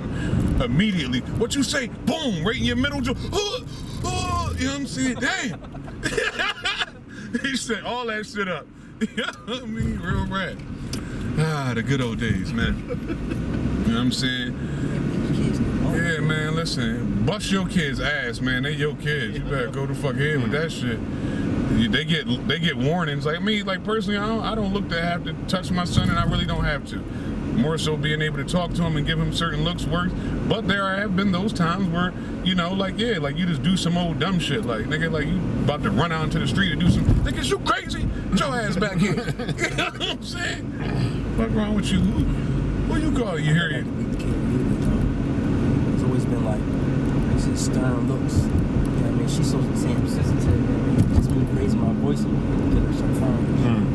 immediately. What you say? Boom, right in your middle jaw. Uh, uh, you know what I'm saying? Damn. he set all that shit up. You know what I mean? Real rap. Ah, the good old days, man. You know what I'm saying? Oh, Yeah, man, listen, bust your kids' ass, man. They your kids. You better go the fuck in with that shit. You- They get they get warnings. Like me, like personally, I don't, I don't look to have to touch my son, and I really don't have to. More so, being able to talk to him and give him certain looks works. But there have been those times where, you know, like yeah, like you just do some old dumb shit, like nigga, like you about to run out into the street and do some. Nigga, you crazy? Get your ass back here. you know what I'm saying? What wrong with you? Who, who you call? You hear you? We can't leave it, though. It's always been like, it's just stern looks. You know what I mean? She's so damn sensitive. you know what I mean? Just me raising my voice a little bit, her some time.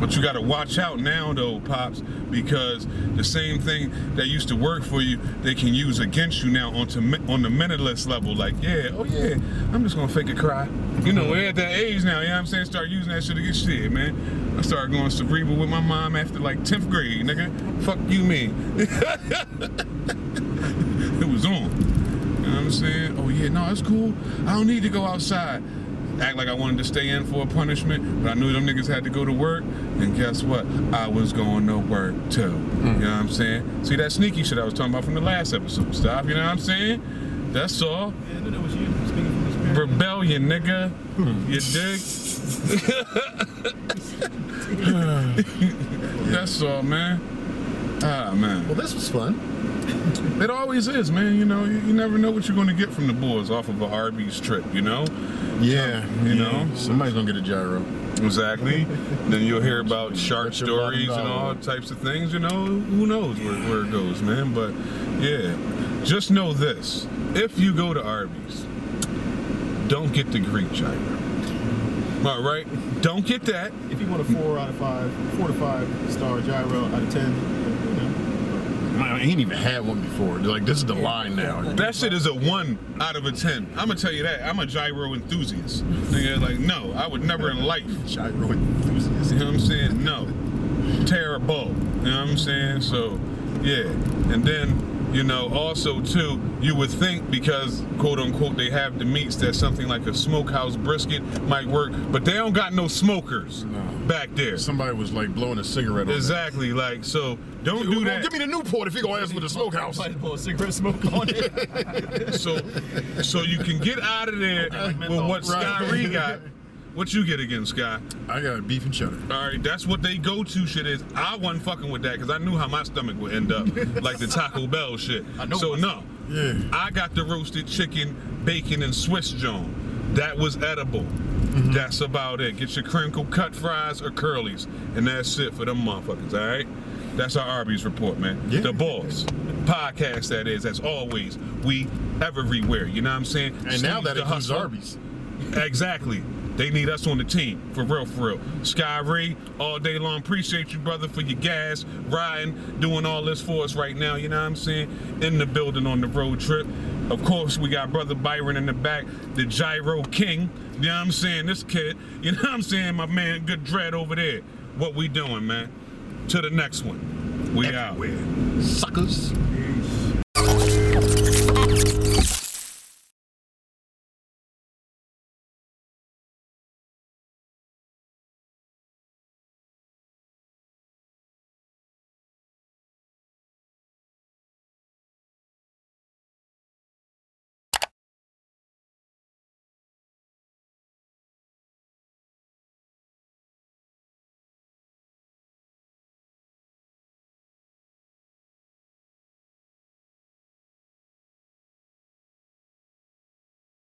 But you gotta watch out now though, Pops, because the same thing that used to work for you, they can use against you now on to me- on the mentalist level. Like, yeah, oh yeah, I'm just gonna fake a cry. You know, we're at that age now, you know what I'm saying? Start using that shit against shit, man. I started going cerebral with my mom after like 10th grade, nigga. Fuck you mean. it was on. You know what I'm saying? Oh yeah, no, it's cool. I don't need to go outside. Act like I wanted to stay in for a punishment, but I knew them niggas had to go to work. And guess what? I was going to work too. You know what I'm saying? See that sneaky shit I was talking about from the last episode. Stop. You know what I'm saying? That's all. Yeah, I knew that was you. Speaking from experience. Rebellion, nigga. You dig? That's all, man. Ah, man. Well, this was fun. It always is, man. You know, you, you never know what you're going to get from the boys off of a Arby's trip. You know, Yeah, You you know? know, somebody's gonna get a gyro. exactly. then you'll hear about shark That's your bottom stories and dollar. all types of things. You know, who knows where, where it goes, man. But yeah, just know this: if you go to Arby's, don't get the Greek gyro. All right, don't get that. If you want a four out of five, four to five star gyro out of ten, you know, I ain't even had one before. Like this is the line now. That shit is a one out of a ten. I'm gonna tell you that. I'm a gyro enthusiast. Nigga, like, no, I would never in life Gyro enthusiast. You know what I'm saying? No. Terrible. You know what I'm saying? So, yeah. And then, you know, also too, you would think because quote unquote they have the meats that something like a smokehouse brisket might work, but they don't got no smokers back there. Somebody was like blowing a cigarette. on that. Exactly. Like, so don't do Well, that. Give me the Newport if you gonna ask for the smokehouse. somebody pull a cigarette smoke on it. so so you can get out of there with what Sky Right. Ree got. What you get again, Sky? I got beef and cheddar. All right, that's what they go to shit is. I wasn't fucking with that because I knew how my stomach would end up, like the Taco Bell shit. I know. So no, Yeah. I got the roasted chicken, bacon, and Swiss John. That was edible. Mm-hmm. That's about it. Get your crinkle cut fries or curlies, and that's it for them motherfuckers. All right, that's our Arby's report, man. Yeah. The boss podcast that is. As always, we everywhere. You know what I'm saying? And now that the includes hustle. Arby's. Exactly. They need us on the team, for real, for real. Sky Ray, all day long. Appreciate you, brother, for your gas, riding, doing all this for us right now. You know what I'm saying? In the building on the road trip. Of course, we got brother Byron in the back, the Gyro King. You know what I'm saying? This kid. You know what I'm saying? My man, good dread over there. What we doing, man? To the next one. We out. Suckers. Peace.